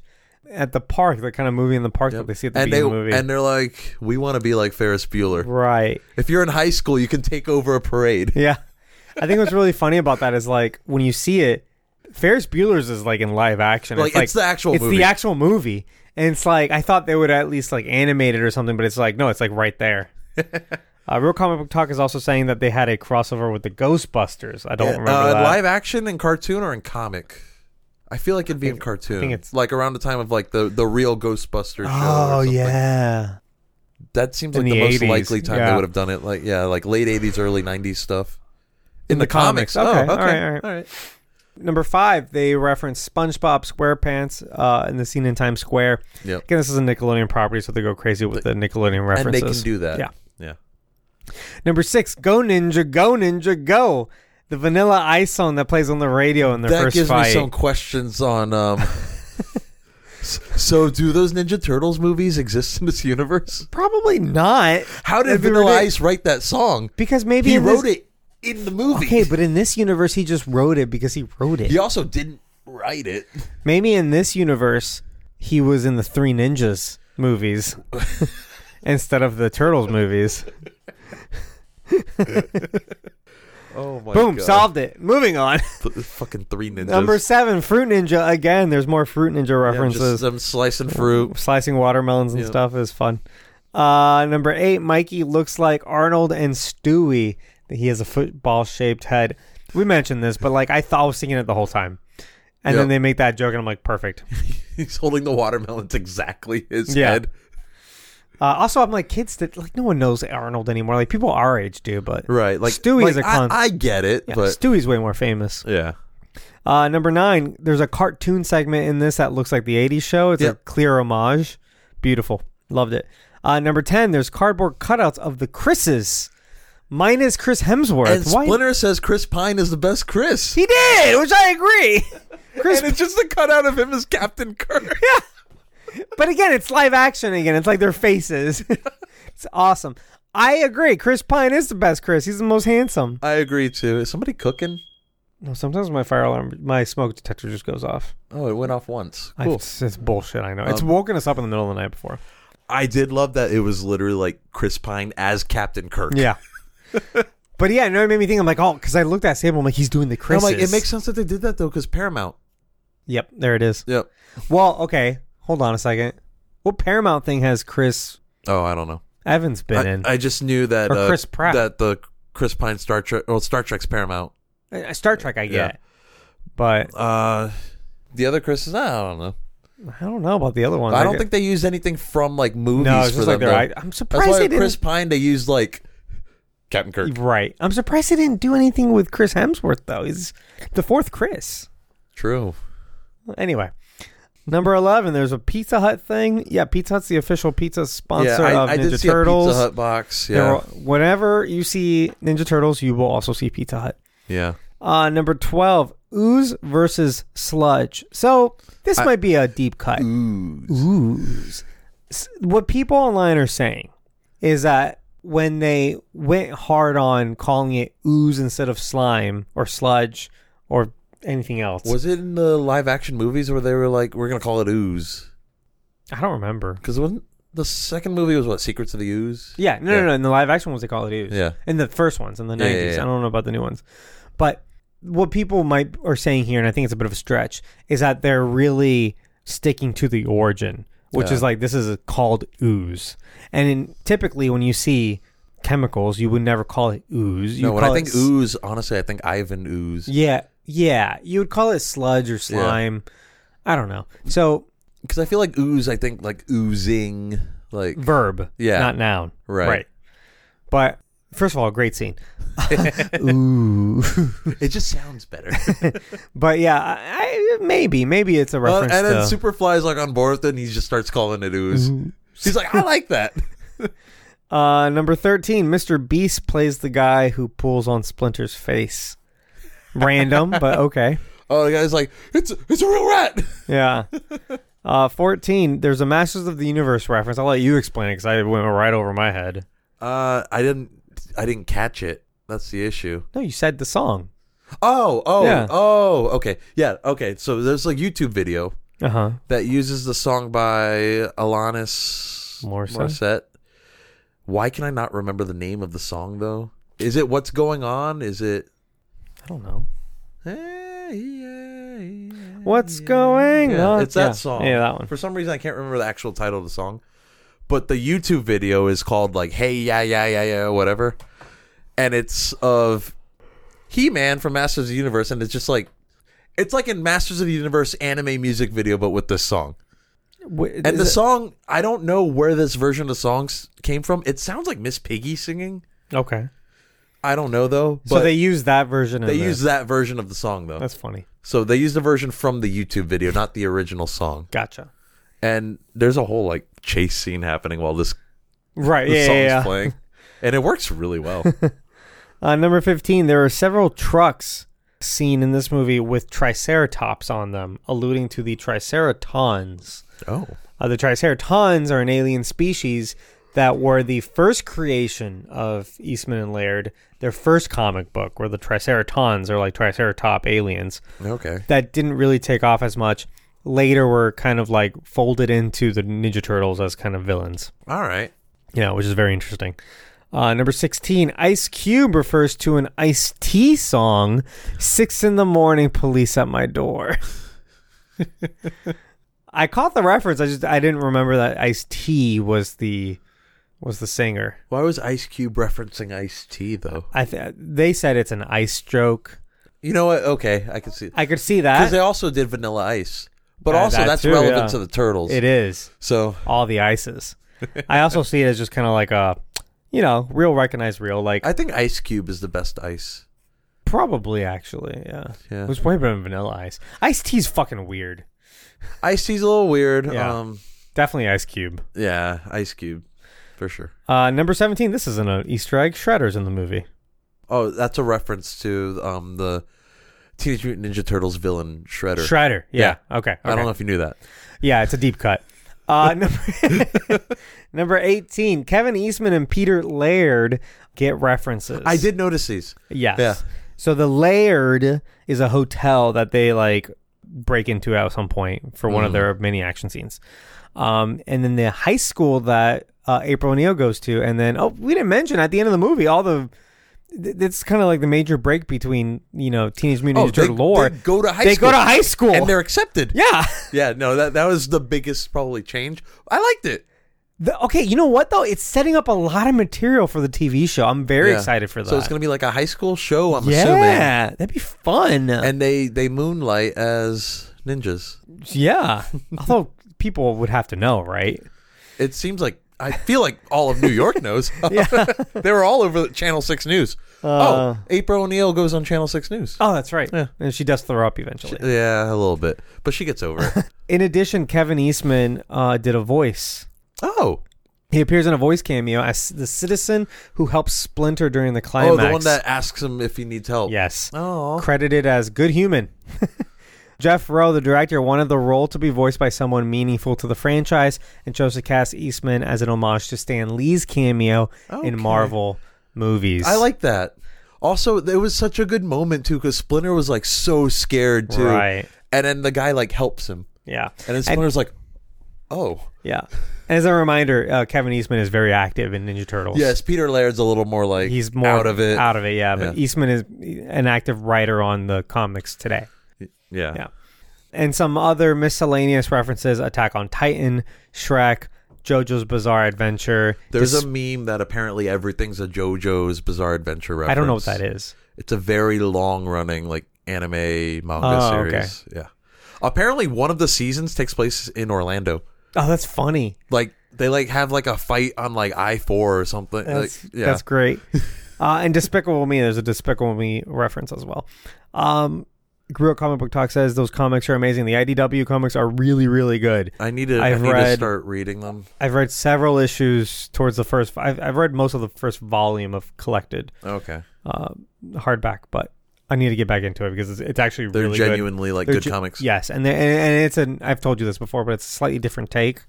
Speaker 1: at the park. The kind of movie in the park that they see at the
Speaker 2: and they
Speaker 1: beginning of the movie.
Speaker 2: and they're like, we want to be like Ferris Bueller.
Speaker 1: right.
Speaker 2: If you're in high school, you can take over a parade.
Speaker 1: Yeah. I think what's really funny about that is like when you see it, Ferris Bueller's is like in live action.
Speaker 2: Like, it's the actual
Speaker 1: It's
Speaker 2: movie.
Speaker 1: the actual movie. And it's like I thought they would at least like animate it or something, but it's like no, it's like right there. uh, Real comic book talk is also saying that they had a crossover with the Ghostbusters. I don't remember
Speaker 2: uh,
Speaker 1: that.
Speaker 2: Live action and cartoon or in comic? I feel like it'd be in cartoon.
Speaker 1: think it's-
Speaker 2: like around the time of like the, the real Ghostbusters. show or
Speaker 1: oh
Speaker 2: something.
Speaker 1: yeah,
Speaker 2: that seems
Speaker 1: In
Speaker 2: like the,
Speaker 1: the
Speaker 2: most
Speaker 1: 80s,
Speaker 2: likely time
Speaker 1: yeah.
Speaker 2: they would have done it. Like yeah, like late '80s, early '90s stuff. In,
Speaker 1: the comics. Okay,
Speaker 2: Oh,
Speaker 1: all right, all right. number five. They reference SpongeBob SquarePants uh, in the scene in Times Square.
Speaker 2: Yep.
Speaker 1: Again, this is a Nickelodeon property, so they go crazy with the Nickelodeon
Speaker 2: And
Speaker 1: references.
Speaker 2: they can do that.
Speaker 1: Yeah.
Speaker 2: yeah.
Speaker 1: Number six, Go Ninja, Go Ninja, Go. The Vanilla Ice song that plays on the radio in the
Speaker 2: That
Speaker 1: first
Speaker 2: gives
Speaker 1: fight.
Speaker 2: me some questions on. Um, s- so, do those Ninja Turtles movies exist in this universe?
Speaker 1: Probably not.
Speaker 2: How did
Speaker 1: That'd be
Speaker 2: Vanilla
Speaker 1: ridic-
Speaker 2: Ice write that song?
Speaker 1: Because maybe
Speaker 2: He
Speaker 1: in
Speaker 2: wrote
Speaker 1: this-
Speaker 2: it in the movie.
Speaker 1: Okay, but in this universe, he just wrote it because he wrote it.
Speaker 2: he also didn't write it.
Speaker 1: Maybe in this universe, he was in the Three Ninjas movies instead of the Turtles movies.
Speaker 2: Oh my
Speaker 1: Boom, solved it. Moving on.
Speaker 2: fucking three ninjas.
Speaker 1: Number seven, Fruit Ninja. Again, there's more Fruit Ninja
Speaker 2: Yeah,
Speaker 1: references.
Speaker 2: Just them slicing fruit.
Speaker 1: slicing watermelons and
Speaker 2: Yeah.
Speaker 1: stuff is fun. Uh, number eight, Mikey looks like Arnold and Stewie. He has a football shaped head. We mentioned this, but like I thought I was thinking it the whole time. And
Speaker 2: Yep.
Speaker 1: then they make that joke, and I'm like, perfect.
Speaker 2: He's holding the watermelon. It's exactly his
Speaker 1: Yeah.
Speaker 2: head.
Speaker 1: Uh, also, I'm like, kids that like no one knows Arnold anymore. Like people our age do, but
Speaker 2: Right. Like
Speaker 1: Stewie
Speaker 2: like,
Speaker 1: is a
Speaker 2: I-
Speaker 1: con.
Speaker 2: I, get it,
Speaker 1: yeah,
Speaker 2: but
Speaker 1: Stewie's way more famous.
Speaker 2: yeah.
Speaker 1: Uh, number nine, there's a cartoon segment in this that looks like the '80s show. It's a
Speaker 2: Yep.
Speaker 1: clear homage. Beautiful, loved it. Uh, number ten, there's cardboard cutouts of the Chris's, minus Chris Hemsworth.
Speaker 2: And
Speaker 1: Why-
Speaker 2: Splinter says Chris Pine is the best Chris.
Speaker 1: He did, which I agree. Chris,
Speaker 2: and it's just the cutout of him as Captain Kirk.
Speaker 1: but again, it's live action again. It's like their faces. it's awesome. I agree. Chris Pine is the best Chris. He's the most handsome.
Speaker 2: I agree too. Is somebody cooking?
Speaker 1: No, sometimes my fire alarm, my smoke detector just goes off.
Speaker 2: Oh, it went off once.
Speaker 1: I-
Speaker 2: Cool.
Speaker 1: it's, it's bullshit. I know. it's
Speaker 2: Um,
Speaker 1: woken us up in the middle of the night before.
Speaker 2: I did love that it was literally like Chris Pine as Captain Kirk.
Speaker 1: Yeah. but yeah, no, it made me think. I'm like, oh, because I looked at Sable. I'm like, he's doing the
Speaker 2: I'm
Speaker 1: Chris's.
Speaker 2: like, it makes sense that they did that though, because Paramount.
Speaker 1: Yep, there it is.
Speaker 2: Yep.
Speaker 1: Well, okay, hold on a second. What Paramount thing has Chris
Speaker 2: Oh, I don't know.
Speaker 1: Evans been
Speaker 2: I,
Speaker 1: in?
Speaker 2: I just knew that
Speaker 1: Or
Speaker 2: uh,
Speaker 1: Chris Pratt.
Speaker 2: that the Chris Pine Star Trek, well, Star Trek's Paramount.
Speaker 1: Uh, Star Trek, I get,
Speaker 2: Yeah.
Speaker 1: but
Speaker 2: Uh, the other Chris is I don't know.
Speaker 1: I don't know about the other ones.
Speaker 2: I don't
Speaker 1: get-
Speaker 2: think they used anything from like movies
Speaker 1: no, it's
Speaker 2: for
Speaker 1: just
Speaker 2: them.
Speaker 1: like their.
Speaker 2: though.
Speaker 1: I, I'm
Speaker 2: That's
Speaker 1: surprised
Speaker 2: why
Speaker 1: they
Speaker 2: with
Speaker 1: didn't.
Speaker 2: Chris Pine they used like Captain Kirk.
Speaker 1: Right, I'm surprised they didn't do anything with Chris Hemsworth though. He's the fourth Chris.
Speaker 2: True.
Speaker 1: Anyway, number eleven. There's a Pizza Hut thing. Yeah, Pizza Hut's the official pizza sponsor
Speaker 2: yeah, I,
Speaker 1: of
Speaker 2: I
Speaker 1: Ninja
Speaker 2: did see
Speaker 1: Turtles.
Speaker 2: a Pizza Hut box.
Speaker 1: There
Speaker 2: Yeah,
Speaker 1: will- whenever you see Ninja Turtles, you will also see Pizza Hut.
Speaker 2: yeah.
Speaker 1: Uh, number 12, Ooze versus Sludge. So this might be a deep cut. Ooze. S- What people online are saying is that when they went hard on calling it ooze instead of slime or sludge or anything else,
Speaker 2: Was it in the live action movies where they were like, "We're gonna call it ooze"?
Speaker 1: I don't remember.
Speaker 2: Because wasn't the second movie was what Secrets of the Ooze?
Speaker 1: Yeah, no,
Speaker 2: Yeah.
Speaker 1: no, no. In the live action ones, they call it ooze.
Speaker 2: Yeah.
Speaker 1: In the first ones, in the
Speaker 2: Yeah, yeah,
Speaker 1: nineties.
Speaker 2: yeah.
Speaker 1: I don't know about the new ones, but what people might are saying here, and I think it's a bit of a stretch, is that they're really sticking to the origin, which
Speaker 2: Yeah.
Speaker 1: is like this is called ooze, and in, typically when you see chemicals, you would never call it ooze. You
Speaker 2: No,
Speaker 1: would
Speaker 2: when
Speaker 1: call
Speaker 2: I
Speaker 1: it
Speaker 2: think
Speaker 1: s-
Speaker 2: ooze, honestly, I think Ivan Ooze.
Speaker 1: yeah, yeah, you would call it sludge or slime. I don't know. So
Speaker 2: Because I feel like ooze, I think like oozing, like
Speaker 1: verb,
Speaker 2: Yeah.
Speaker 1: not noun,
Speaker 2: Right.
Speaker 1: But first of all, great scene. Ooh.
Speaker 2: it just sounds better.
Speaker 1: But yeah, I, I, maybe maybe it's a
Speaker 2: Uh,
Speaker 1: reference
Speaker 2: and
Speaker 1: to Mm-hmm.
Speaker 2: then Superfly's like on board with it, and he just starts calling it ooze. He's like, "I like that."
Speaker 1: uh, number thirteen. Mr. Beast plays the guy who pulls on Splinter's face. Random, but okay.
Speaker 2: Oh, the guy's like, "It's it's a real rat."
Speaker 1: Yeah. Uh, fourteen. There's a Masters of the Universe reference. I'll let you explain it because I went right over my head.
Speaker 2: Uh, I didn't I didn't catch it. That's the issue.
Speaker 1: No, you said the song.
Speaker 2: Oh, oh,
Speaker 1: Yeah.
Speaker 2: oh. Okay, yeah, okay. So there's a YouTube video
Speaker 1: Uh huh.
Speaker 2: that uses the song by Alanis
Speaker 1: Morissette?
Speaker 2: Morissette. Why can I not remember the name of the song though? Is it "What's Going On"? Is it?
Speaker 1: I don't know.
Speaker 2: Eh, yeah, yeah,
Speaker 1: What's going
Speaker 2: yeah.
Speaker 1: on?
Speaker 2: It's that
Speaker 1: Yeah.
Speaker 2: song.
Speaker 1: Yeah, that one.
Speaker 2: For some reason, I can't remember the actual title of the song, but the YouTube video is called like "Hey Yeah Yeah Yeah Yeah" whatever, and it's of He Man from Masters of the Universe, and it's just like it's like in Masters of the Universe anime music video, but with this song.
Speaker 1: Wait,
Speaker 2: And
Speaker 1: is
Speaker 2: the
Speaker 1: it-
Speaker 2: song, I don't know where this version of the songs came from. It sounds like Miss Piggy singing.
Speaker 1: Okay.
Speaker 2: I don't know though, but
Speaker 1: So they
Speaker 2: they,
Speaker 1: use that version. in
Speaker 2: they
Speaker 1: there.
Speaker 2: use that version of the song though.
Speaker 1: That's funny.
Speaker 2: So they used the version from the YouTube video, not the original song.
Speaker 1: Gotcha.
Speaker 2: And there's a whole like chase scene happening while this
Speaker 1: Right.
Speaker 2: the
Speaker 1: Yeah.
Speaker 2: song's
Speaker 1: yeah, yeah.
Speaker 2: playing, and it works really well.
Speaker 1: Uh, number 15, there are several trucks seen in this movie with triceratops on them, alluding to the triceratons.
Speaker 2: oh,
Speaker 1: Uh, the triceratons are an alien species that were the first creation of Eastman and Laird, their first comic book, where the triceratons are like triceratop aliens
Speaker 2: okay.
Speaker 1: that didn't really take off as much. Later were kind of like folded into the Ninja Turtles as kind of villains.
Speaker 2: All right.
Speaker 1: Yeah, which is very interesting. Uh, number 16, Ice Cube refers to an Ice Tea song, Six in the Morning Police at My Door. I caught the reference. I just I didn't remember that Ice T was the was the singer.
Speaker 2: Why was Ice Cube referencing Ice T though?
Speaker 1: I th- they said it's an ice stroke.
Speaker 2: You know what? Okay, I can see
Speaker 1: I could see
Speaker 2: because they
Speaker 1: that.
Speaker 2: also did Vanilla Ice, but
Speaker 1: Uh,
Speaker 2: also
Speaker 1: that
Speaker 2: that's
Speaker 1: too,
Speaker 2: relevant
Speaker 1: yeah.
Speaker 2: to the Turtles.
Speaker 1: It is
Speaker 2: so
Speaker 1: all the ices. I also see it as just kind of like a you know, real recognized real like
Speaker 2: I think Ice Cube is the best ice.
Speaker 1: Probably actually, yeah.
Speaker 2: Yeah.
Speaker 1: It was way better than vanilla ice. Ice tea's fucking weird.
Speaker 2: Ice T's a little weird.
Speaker 1: Yeah.
Speaker 2: Um
Speaker 1: Definitely Ice Cube.
Speaker 2: yeah, Ice Cube for sure.
Speaker 1: Uh, number seventeen. This isn't an uh, Easter egg. Shredder's in the movie.
Speaker 2: Oh, that's a reference to um the Teenage Mutant Ninja Turtles villain Shredder.
Speaker 1: Shredder. Yeah. Okay. okay.
Speaker 2: I don't know if you knew that.
Speaker 1: Yeah, it's a deep cut. Uh, number, number eighteen. Kevin Eastman and Peter Laird get references.
Speaker 2: I did notice these.
Speaker 1: Yes.
Speaker 2: Yeah.
Speaker 1: So the Laird is a hotel that they like break into at some point for one
Speaker 2: Mm.
Speaker 1: of their many action scenes. Um, and then the high school that uh, April O'Neil goes to, and then oh, we didn't mention at the end of the movie all the. th- That's kind of like the major break between you know Teenage Mutant Ninja Turtle lore.
Speaker 2: Oh, they go to high
Speaker 1: They
Speaker 2: school.
Speaker 1: go to high school.
Speaker 2: and they're accepted.
Speaker 1: yeah.
Speaker 2: Yeah, no, that that was the biggest probably change. I liked it.
Speaker 1: The- okay, you know what though? It's setting up a lot of material for the TV show. I'm very
Speaker 2: Yeah.
Speaker 1: excited for that.
Speaker 2: So it's gonna be like a high school show, I'm assuming.
Speaker 1: yeah, that'd be fun.
Speaker 2: And they they moonlight as ninjas.
Speaker 1: Yeah. Although people would have to know, right?
Speaker 2: It seems like I feel like all of New York knows.
Speaker 1: Yeah.
Speaker 2: they were all over Channel Six News.
Speaker 1: Uh.
Speaker 2: oh, April O'Neil goes on Channel Six News.
Speaker 1: Oh, that's right.
Speaker 2: Yeah.
Speaker 1: And she does throw up eventually.
Speaker 2: Yeah, a little bit, but she gets over it.
Speaker 1: In addition, Kevin Eastman uh, did a voice.
Speaker 2: oh,
Speaker 1: He appears in a voice cameo as the citizen who helps Splinter during the climax.
Speaker 2: oh, the one that asks him if he needs help.
Speaker 1: Yes.
Speaker 2: Oh,
Speaker 1: Credited as good human. Jeff Rowe, the director, wanted the role to be voiced by someone meaningful to the franchise and chose to cast Eastman as an homage to Stan Lee's cameo
Speaker 2: Okay.
Speaker 1: in Marvel movies.
Speaker 2: I like that. Also, it was such a good moment too because Splinter was like so scared too,
Speaker 1: Right.
Speaker 2: and then the guy like helps him,
Speaker 1: Yeah.
Speaker 2: and then Splinter's like, "Oh,
Speaker 1: Yeah. As a reminder, uh, Kevin Eastman is very active in Ninja Turtles.
Speaker 2: yes." Peter Laird's a little more like
Speaker 1: He's more
Speaker 2: out of it.
Speaker 1: Out of it, yeah. But
Speaker 2: Yeah.
Speaker 1: Eastman is an active writer on the comics today.
Speaker 2: yeah.
Speaker 1: Yeah. And some other miscellaneous references Attack on Titan, Shrek, JoJo's Bizarre Adventure.
Speaker 2: There's
Speaker 1: Dis-
Speaker 2: a meme that apparently everything's a JoJo's Bizarre Adventure reference.
Speaker 1: I don't know what that is.
Speaker 2: It's a very long running like anime manga
Speaker 1: Oh, okay.
Speaker 2: series. Yeah. Apparently one of the seasons takes place in Orlando.
Speaker 1: Oh, that's funny.
Speaker 2: Like they like have like a fight on like I four or something.
Speaker 1: That's,
Speaker 2: Like, yeah.
Speaker 1: that's great. uh, and Despicable Me, there's a Despicable Me reference as well. Um, Real Comic Book Talk says those comics are amazing. The IDW comics are really, really good.
Speaker 2: I need to
Speaker 1: I've
Speaker 2: I need to
Speaker 1: read-
Speaker 2: start reading them.
Speaker 1: I've read several issues towards the first. I've, I've read most of the first volume of collected
Speaker 2: Okay.
Speaker 1: uh, hardback, but I need to get back into it because it's, it's actually
Speaker 2: They're
Speaker 1: really good.
Speaker 2: genuinely like
Speaker 1: They're
Speaker 2: good
Speaker 1: ge-
Speaker 2: comics.
Speaker 1: Yes, and they- and, and it's an I've told you this before, but it's
Speaker 2: Mm.
Speaker 1: a slightly different take,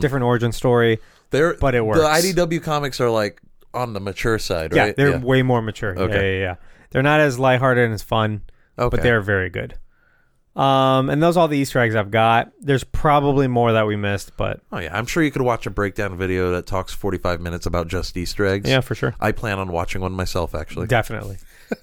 Speaker 1: different origin story.
Speaker 2: Mm-hmm. They're
Speaker 1: But it works.
Speaker 2: The IDW comics are like on the mature side,
Speaker 1: Yeah,
Speaker 2: right?
Speaker 1: they're way more mature.
Speaker 2: Okay.
Speaker 1: Yeah, yeah, yeah. They're not as lighthearted and as fun,
Speaker 2: okay.
Speaker 1: but they're very good. Um, and those are all the Easter eggs I've got. There's probably more that we missed, but
Speaker 2: Oh yeah, I'm sure you could watch a breakdown video that talks 45 minutes about just Easter eggs.
Speaker 1: yeah, for sure.
Speaker 2: I plan on watching one myself actually.
Speaker 1: Definitely.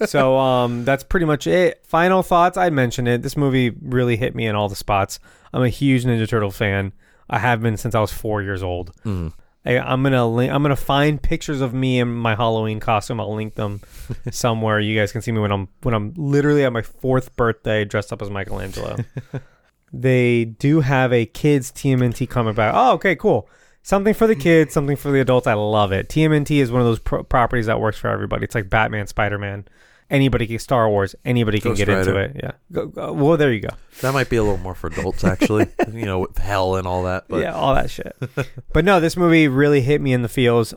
Speaker 1: so um, that's pretty much it. Final thoughts. I mentioned it. This movie really hit me in all the spots. I'm a huge Ninja Turtle fan. I have been since I was four years old.
Speaker 2: Hmm.
Speaker 1: I, I'm gonna link, I'm gonna find pictures of me in my Halloween costume. I'll link them somewhere. You guys can see me when I'm when I'm literally at my fourth birthday, dressed up as Michelangelo. they do have a kids TMNT comic back. Oh, okay, cool. Something for the kids, something for the adults. I love it. TMNT is one of those pro- properties that works for everybody. It's like Batman, Spider Man, anybody can Star Wars. Anybody can
Speaker 2: Ghost
Speaker 1: get into
Speaker 2: Rider.
Speaker 1: it. Yeah. Go, go- well, there you go.
Speaker 2: That might be a little more for adults actually, you know, with hell and all that, but
Speaker 1: yeah, all that shit. but no, this movie really hit me in the feels.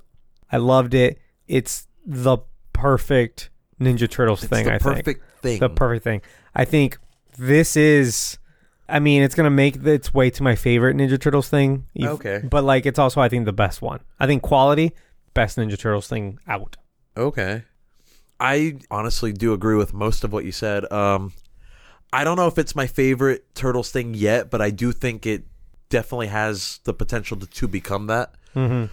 Speaker 1: I loved it. It's the perfect Ninja Turtles
Speaker 2: it's
Speaker 1: thing.
Speaker 2: the
Speaker 1: I think.
Speaker 2: perfect thing.
Speaker 1: the perfect thing. I think this is. I mean, it's gonna make the- its way to my favorite Ninja Turtles thing. You've-
Speaker 2: Okay.
Speaker 1: but like it's also I think the best one. I think quality best Ninja Turtles thing out.
Speaker 2: Okay. I honestly do agree with most of what you said. Um, I don't know if it's my favorite Turtles thing yet, but I do think it definitely has the potential to, to become that.
Speaker 1: Mm-hmm.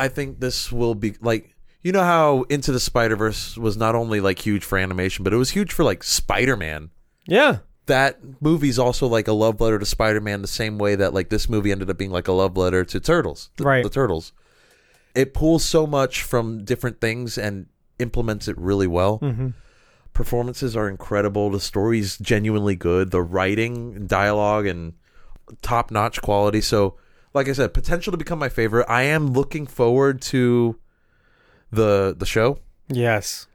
Speaker 2: I think this will be like you know how Into the Spider Verse was not only like huge for animation, but it was huge for like Spider Man.
Speaker 1: Yeah,
Speaker 2: That movie's also like a love letter to Spider Man, the same way that like this movie ended up being like a love letter to Turtles, the,
Speaker 1: Right.
Speaker 2: The Turtles. It pulls so much from different things and implements it really well.
Speaker 1: Mm-hmm.
Speaker 2: Performances are incredible. The story's genuinely good. The writing, dialogue, and top notch quality. So, like I said, potential to become my favorite. I am looking forward to the the show.
Speaker 1: yes.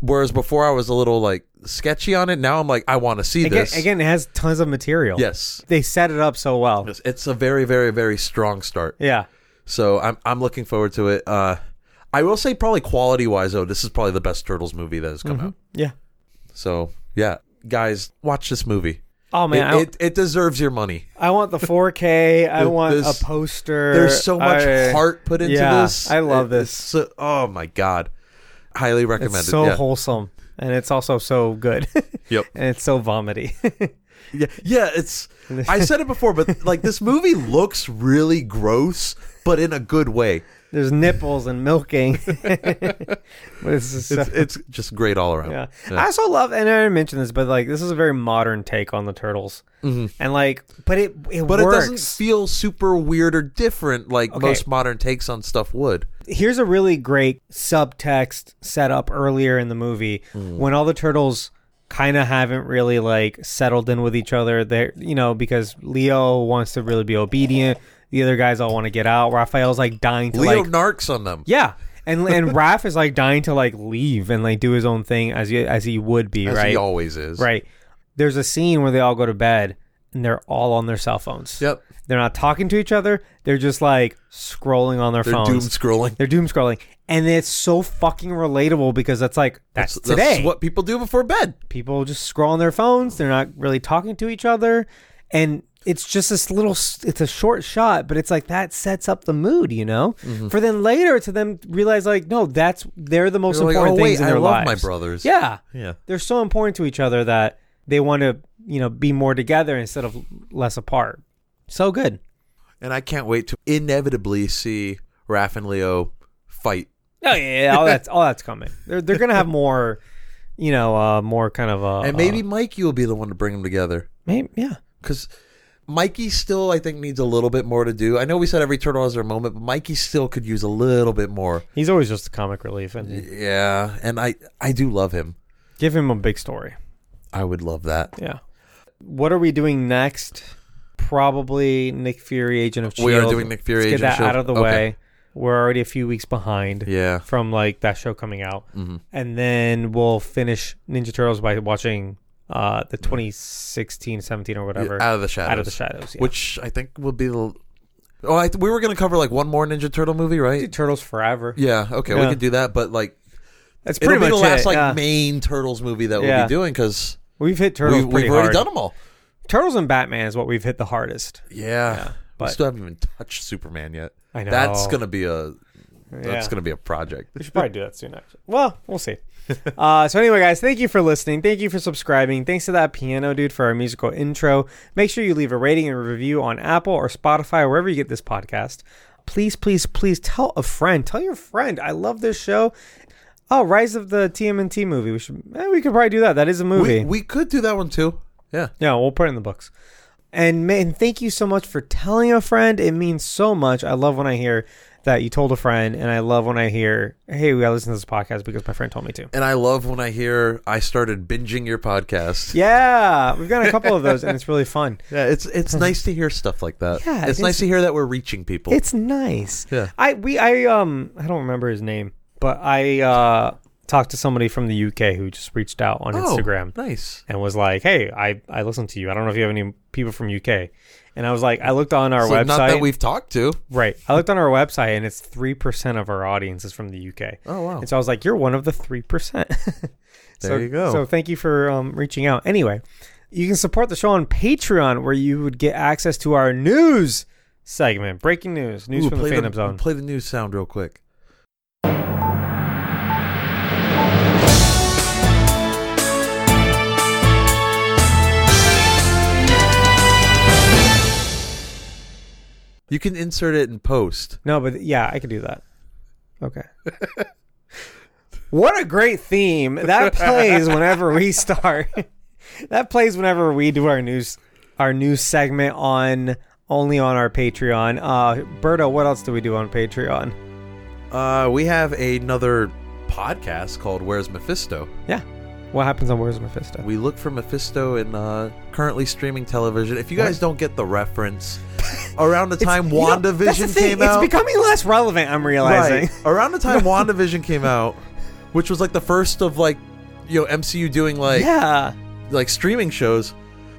Speaker 2: Whereas before I was a little like sketchy on it. Now I'm like I want to see
Speaker 1: Again,
Speaker 2: this.
Speaker 1: again, it has tons of material.
Speaker 2: Yes.
Speaker 1: they set it up so well.
Speaker 2: Yes, It's a very, very, very strong start.
Speaker 1: Yeah,
Speaker 2: So I'm I'm looking forward to it. Uh, I will say probably quality wise though, this is probably the best Turtles movie that has come out.
Speaker 1: yeah.
Speaker 2: So yeah, guys, watch this movie.
Speaker 1: Oh man, I,
Speaker 2: it, it, it deserves your money.
Speaker 1: I want the 4K. I
Speaker 2: There-
Speaker 1: want
Speaker 2: there's-
Speaker 1: a poster.
Speaker 2: There's so much
Speaker 1: Er, I-
Speaker 2: heart put into
Speaker 1: yeah,
Speaker 2: this.
Speaker 1: I love
Speaker 2: It-
Speaker 1: this.
Speaker 2: it's so- oh my god, highly recommended.
Speaker 1: It's so
Speaker 2: yeah.
Speaker 1: wholesome, and it's also so good.
Speaker 2: Yep.
Speaker 1: and it's so vomity.
Speaker 2: Yeah, yeah, it's. I said it before, but like this movie looks really gross, but in a good way.
Speaker 1: There's nipples and milking. but it's just so,
Speaker 2: It's, it's just great all around.
Speaker 1: yeah. I also love, and I didn't mention this, but like this is a very modern take on the turtles, and like, but it it
Speaker 2: Mm-hmm. But
Speaker 1: works.
Speaker 2: it doesn't feel super weird or different like
Speaker 1: Okay.
Speaker 2: most modern takes on stuff would.
Speaker 1: here's a really great subtext set up earlier in the movie
Speaker 2: Hmm.
Speaker 1: when all the turtles kind of haven't really like settled in with each other they're you know because leo wants to really be obedient the other guys all want to get out raphael's like dying to
Speaker 2: Leo
Speaker 1: like
Speaker 2: narcs on them.
Speaker 1: yeah and and raph is like dying to like leave and like do his own thing as he, as he would be
Speaker 2: as
Speaker 1: right
Speaker 2: he always is.
Speaker 1: right there's a scene where they all go to bed and they're all on their cell phones
Speaker 2: Yep.
Speaker 1: they're not talking to each other they're just like scrolling on their
Speaker 2: They're
Speaker 1: phones
Speaker 2: doom scrolling.
Speaker 1: they're doom scrolling, and it's so fucking relatable because that's like that's, today.
Speaker 2: That's what people do before bed.
Speaker 1: People just scroll on their phones. They're not really talking to each other, and it's just this little. s- It's a short shot, but it's like that sets up the mood, you know.
Speaker 2: Mm-hmm.
Speaker 1: For then later to them realize like, no, that's they're the most
Speaker 2: They're like,
Speaker 1: important
Speaker 2: "Oh, wait,
Speaker 1: things in
Speaker 2: I
Speaker 1: their
Speaker 2: love my
Speaker 1: lives."
Speaker 2: brothers.
Speaker 1: Yeah,
Speaker 2: Yeah.
Speaker 1: they're so important to each other that they want to you know be more together instead of less apart. So good.
Speaker 2: And I can't wait to inevitably see Raph and Leo fight.
Speaker 1: Oh yeah, yeah, all that's all that's coming. They're they're gonna have more, you know, uh, more kind of uh,
Speaker 2: and maybe Mikey will be the one to bring them together.
Speaker 1: maybe yeah,
Speaker 2: Because Mikey still, I think, needs a little bit more to do. I know we said every turtle has their moment, but Mikey still could use a little bit more.
Speaker 1: he's always just a comic relief, and
Speaker 2: Yeah. And I, I do love him.
Speaker 1: give him a big story.
Speaker 2: I would love that.
Speaker 1: Yeah, what are we doing next? Probably Nick Fury, Agent of Shield.
Speaker 2: We are doing Nick Fury,
Speaker 1: E Let's get
Speaker 2: Agent of
Speaker 1: that out
Speaker 2: S.H.I.E.L.D..
Speaker 1: of the
Speaker 2: E Okay.
Speaker 1: way. We're already a few weeks behind
Speaker 2: Yeah. Mm-hmm.
Speaker 1: from like that show coming out, and then we'll finish Ninja Turtles by watching uh the 2016, 17 or whatever
Speaker 2: Out of the shadows.
Speaker 1: Out of the Shadows, yeah.
Speaker 2: Which I think will be the. Oh, I th- we were going to cover like one more Ninja Turtle movie, right?
Speaker 1: Turtles Forever.
Speaker 2: Yeah. Okay, we
Speaker 1: Yeah.
Speaker 2: could do that, but like
Speaker 1: That's
Speaker 2: it'll
Speaker 1: pretty
Speaker 2: be
Speaker 1: much
Speaker 2: the last
Speaker 1: it.
Speaker 2: like
Speaker 1: yeah.
Speaker 2: main Turtles movie that we'll
Speaker 1: Yeah.
Speaker 2: be doing because
Speaker 1: We've hit turtles.
Speaker 2: we, we've
Speaker 1: pretty
Speaker 2: already
Speaker 1: hard.
Speaker 2: done them all.
Speaker 1: Turtles and Batman is what we've hit the hardest.
Speaker 2: Yeah.
Speaker 1: but-
Speaker 2: we still haven't even touched Superman yet.
Speaker 1: I know.
Speaker 2: That's gonna be a That's
Speaker 1: Yeah.
Speaker 2: going to be a project.
Speaker 1: We should probably do that soon, actually. Well, we'll see. Uh, so anyway, guys, thank you for listening. Thank you for subscribing. Thanks to that piano dude for our musical intro. Make sure you leave a rating and review on Apple or Spotify or wherever you get this podcast. Please, please, please tell a friend. Tell your friend. I love this show. Oh, Rise of the TMNT movie. We should. eh, we could probably do that. That is a movie.
Speaker 2: We, we could do that one too. Yeah.
Speaker 1: Yeah, we'll put it in the books. And man, thank you so much for telling a friend. It means so much. I love when I hear that you told a friend, and I love when I hear, "Hey, we gotta listen to this podcast because my friend told me to."
Speaker 2: And I love when I hear I started binging your podcast.
Speaker 1: Yeah, we've got a couple of those, and it's really fun.
Speaker 2: Yeah, it's it's nice to hear stuff like that.
Speaker 1: Yeah, it
Speaker 2: it's nice
Speaker 1: is-
Speaker 2: to hear that we're reaching people.
Speaker 1: It's nice.
Speaker 2: Yeah.
Speaker 1: I we I um I don't remember his name, but I uh talked to somebody from the UK who just reached out on
Speaker 2: Oh,
Speaker 1: Instagram.
Speaker 2: Nice.
Speaker 1: and was like, "Hey, I I listened to you. I don't know if you have any people from UK." And I was like, I looked on our
Speaker 2: So
Speaker 1: website.
Speaker 2: not that we've talked to.
Speaker 1: Right. I looked on our website and it's 3% of our audience is from the UK.
Speaker 2: Oh wow.
Speaker 1: And so I was like, you're one of the 3%. there so,
Speaker 2: There you go.
Speaker 1: So thank you for um, reaching out. Anyway, you can support the show on Patreon where you would get access to our news segment, breaking news, news
Speaker 2: Ooh,
Speaker 1: from the
Speaker 2: play
Speaker 1: Phantom Zone.
Speaker 2: Play the news sound real quick. You can insert it in post.
Speaker 1: No, but yeah, I could do that. Okay. what a great theme. That plays whenever we start. that plays whenever we do our news our news segment on only on our Patreon. Uh Berto, what else do we do on Patreon?
Speaker 2: Uh, we have another podcast called "Where's Mephisto."
Speaker 1: Yeah. What happens on Where's Mephisto?
Speaker 2: We look for Mephisto in uh, currently streaming television. If you guys don't get the reference, around the time
Speaker 1: You know,
Speaker 2: WandaVision
Speaker 1: that's the thing.
Speaker 2: came out,
Speaker 1: It's becoming less relevant, I'm realizing.
Speaker 2: Right. Around the time WandaVision came out, which was like the first of like you know MCU doing like
Speaker 1: yeah.
Speaker 2: like streaming shows,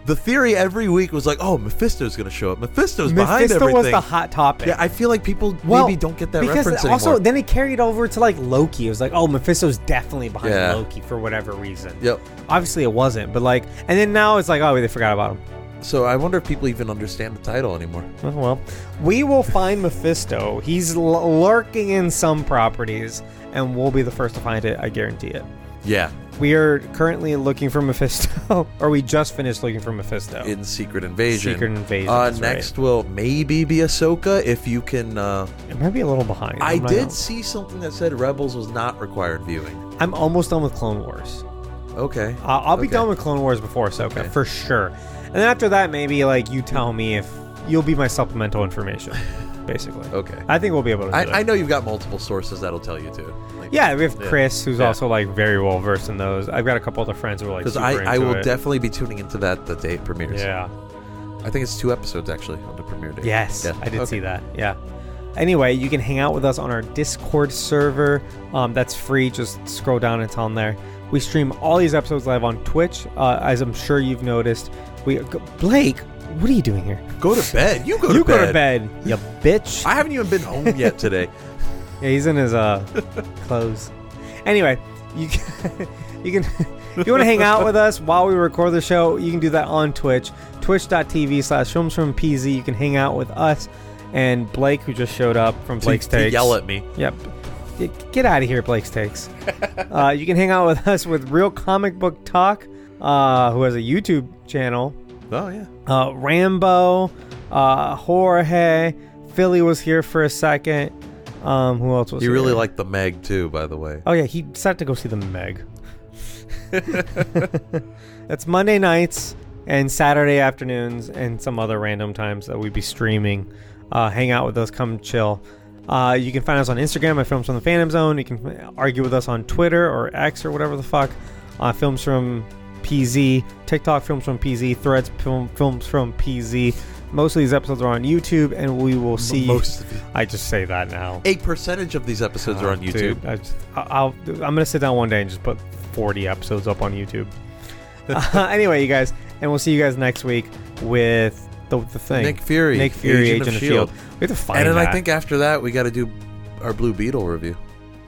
Speaker 2: the theory every week was like, "Oh, Mephisto's going to show up. Mephisto's behind
Speaker 1: Mephisto was
Speaker 2: everything."
Speaker 1: the hot topic.
Speaker 2: yeah, I feel like people
Speaker 1: Well,
Speaker 2: maybe don't get that
Speaker 1: because
Speaker 2: reference
Speaker 1: also
Speaker 2: anymore.
Speaker 1: then it carried over to like Loki. It was like, oh, Mephisto's definitely behind
Speaker 2: Yeah.
Speaker 1: Loki for whatever reason.
Speaker 2: yep.
Speaker 1: Obviously, it wasn't, but like, and then now it's like, oh, they forgot about him.
Speaker 2: So I wonder if people even understand the title anymore.
Speaker 1: Oh, well, we will find Mephisto. He's l- lurking in some properties, and we'll be the first to find it. I guarantee it.
Speaker 2: Yeah,
Speaker 1: We are currently looking for Mephisto, or we just finished looking for Mephisto.
Speaker 2: in Secret Invasion.
Speaker 1: Secret Invasion,
Speaker 2: Uh,
Speaker 1: that's right.
Speaker 2: next will maybe be Ahsoka if you can. Uh,
Speaker 1: it might be a little behind.
Speaker 2: I
Speaker 1: I'm not
Speaker 2: did
Speaker 1: gonna-
Speaker 2: see something that said Rebels was not required viewing.
Speaker 1: I'm almost done with Clone Wars.
Speaker 2: Okay.
Speaker 1: I'll, Uh, I'll be
Speaker 2: Okay.
Speaker 1: done with Clone Wars before Ahsoka
Speaker 2: Okay.
Speaker 1: for sure, and then after that, maybe like you tell me if you'll be my supplemental information, basically.
Speaker 2: Okay.
Speaker 1: I think we'll be able to. Do it.
Speaker 2: I, I know you've got multiple sources that'll tell you too. Like,
Speaker 1: Yeah, we have Chris, who's
Speaker 2: Yeah.
Speaker 1: also like very well versed in those. I've got a couple other friends who are like
Speaker 2: because
Speaker 1: super
Speaker 2: I, I
Speaker 1: into
Speaker 2: will
Speaker 1: it.
Speaker 2: definitely be tuning into that the day it premieres.
Speaker 1: Yeah.
Speaker 2: I think it's two episodes actually on the premiere date.
Speaker 1: Yes,
Speaker 2: Yeah.
Speaker 1: I did
Speaker 2: Okay.
Speaker 1: see that. Yeah. Anyway, you can hang out with us on our Discord server. Um, that's free. Just scroll down; it's on there. We stream all these episodes live on Twitch, uh, as I'm sure you've noticed. We, Blake, what are you doing here?
Speaker 2: Go to bed. You go.
Speaker 1: you
Speaker 2: to bed.
Speaker 1: go to bed, you bitch.
Speaker 2: I haven't even been home yet today.
Speaker 1: Yeah, he's in his uh clothes. Anyway, you can, you can if you want to hang out with us while we record the show, you can do that on Twitch, twitch.tv slash films from PZ. You can hang out with us and Blake, who just showed up from Blake's
Speaker 2: to, to
Speaker 1: Takes.
Speaker 2: yell at me.
Speaker 1: Yep. Y- Get out of here, Blake's Takes. uh, you can hang out with us with Real Comic Book Talk, uh, who has a YouTube channel
Speaker 2: Oh yeah.
Speaker 1: uh, Rambo, uh, Jorge, Philly was here for a second. Um, who else was?
Speaker 2: You really
Speaker 1: here?
Speaker 2: like the Meg too, by the way.
Speaker 1: Oh yeah, he decided to go see the Meg. That's Monday nights and Saturday afternoons and some other random times that we'd be streaming. Uh, hang out with us, come chill. Uh, you can find us on Instagram at Films from the Phantom Zone. You can argue with us on Twitter or X or whatever the fuck. Uh, films from PZ, TikTok Films from PZ, Threads film, Films from PZ. Most of these episodes are on YouTube, and we will see.
Speaker 2: Most of the-
Speaker 1: I just say that now.
Speaker 2: a percentage of these episodes are on
Speaker 1: Ah, Oh, Dude,
Speaker 2: YouTube.
Speaker 1: I just, I- I'll, I'm gonna sit down one day and just put 40 episodes up on YouTube. uh, anyway, you guys, and we'll see you guys next week with the, the thing.
Speaker 2: Nick Fury,
Speaker 1: Nick Fury, Agent, of, Shield.
Speaker 2: S.H.I.E.L.D..
Speaker 1: E We have to find
Speaker 2: E And then
Speaker 1: that.
Speaker 2: I think after that we got to do our Blue Beetle review.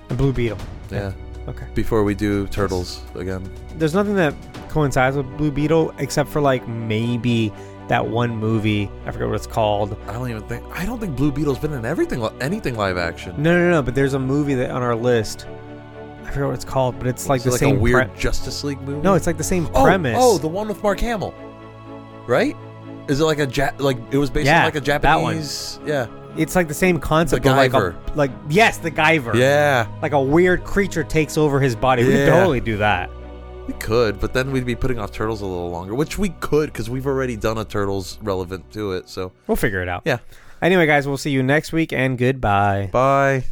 Speaker 1: And Blue Beetle.
Speaker 2: Yeah.
Speaker 1: Okay.
Speaker 2: Before we do Turtles again.
Speaker 1: There's nothing that coincides with Blue Beetle except for like maybe that one movie. I forget what it's called.
Speaker 2: I don't even think. I don't think Blue Beetle's been in everything, li- anything live action.
Speaker 1: No, no, no. But there's a movie that on our list. I forget what it's called, but it's like
Speaker 2: Is
Speaker 1: the
Speaker 2: it like
Speaker 1: same
Speaker 2: a weird
Speaker 1: pre-
Speaker 2: Justice League movie.
Speaker 1: no, it's like the same
Speaker 2: oh,
Speaker 1: premise.
Speaker 2: Oh, the one with Mark Hamill, right? Is it like a ja- like it was based
Speaker 1: Yeah,
Speaker 2: on like a
Speaker 1: that one.
Speaker 2: Japanese? Yeah,
Speaker 1: it's like the same concept.
Speaker 2: The
Speaker 1: but like, a,
Speaker 2: Guyver.
Speaker 1: like yes, the Guyver.
Speaker 2: yeah.
Speaker 1: Like a weird creature takes over his body. We could
Speaker 2: Yeah.
Speaker 1: totally do that.
Speaker 2: We could, but then we'd be putting off turtles a little longer, which we could because we've already done a turtles relevant to it. So
Speaker 1: We'll figure it out.
Speaker 2: yeah,
Speaker 1: Anyway, guys, we'll see you next week and goodbye.
Speaker 2: bye.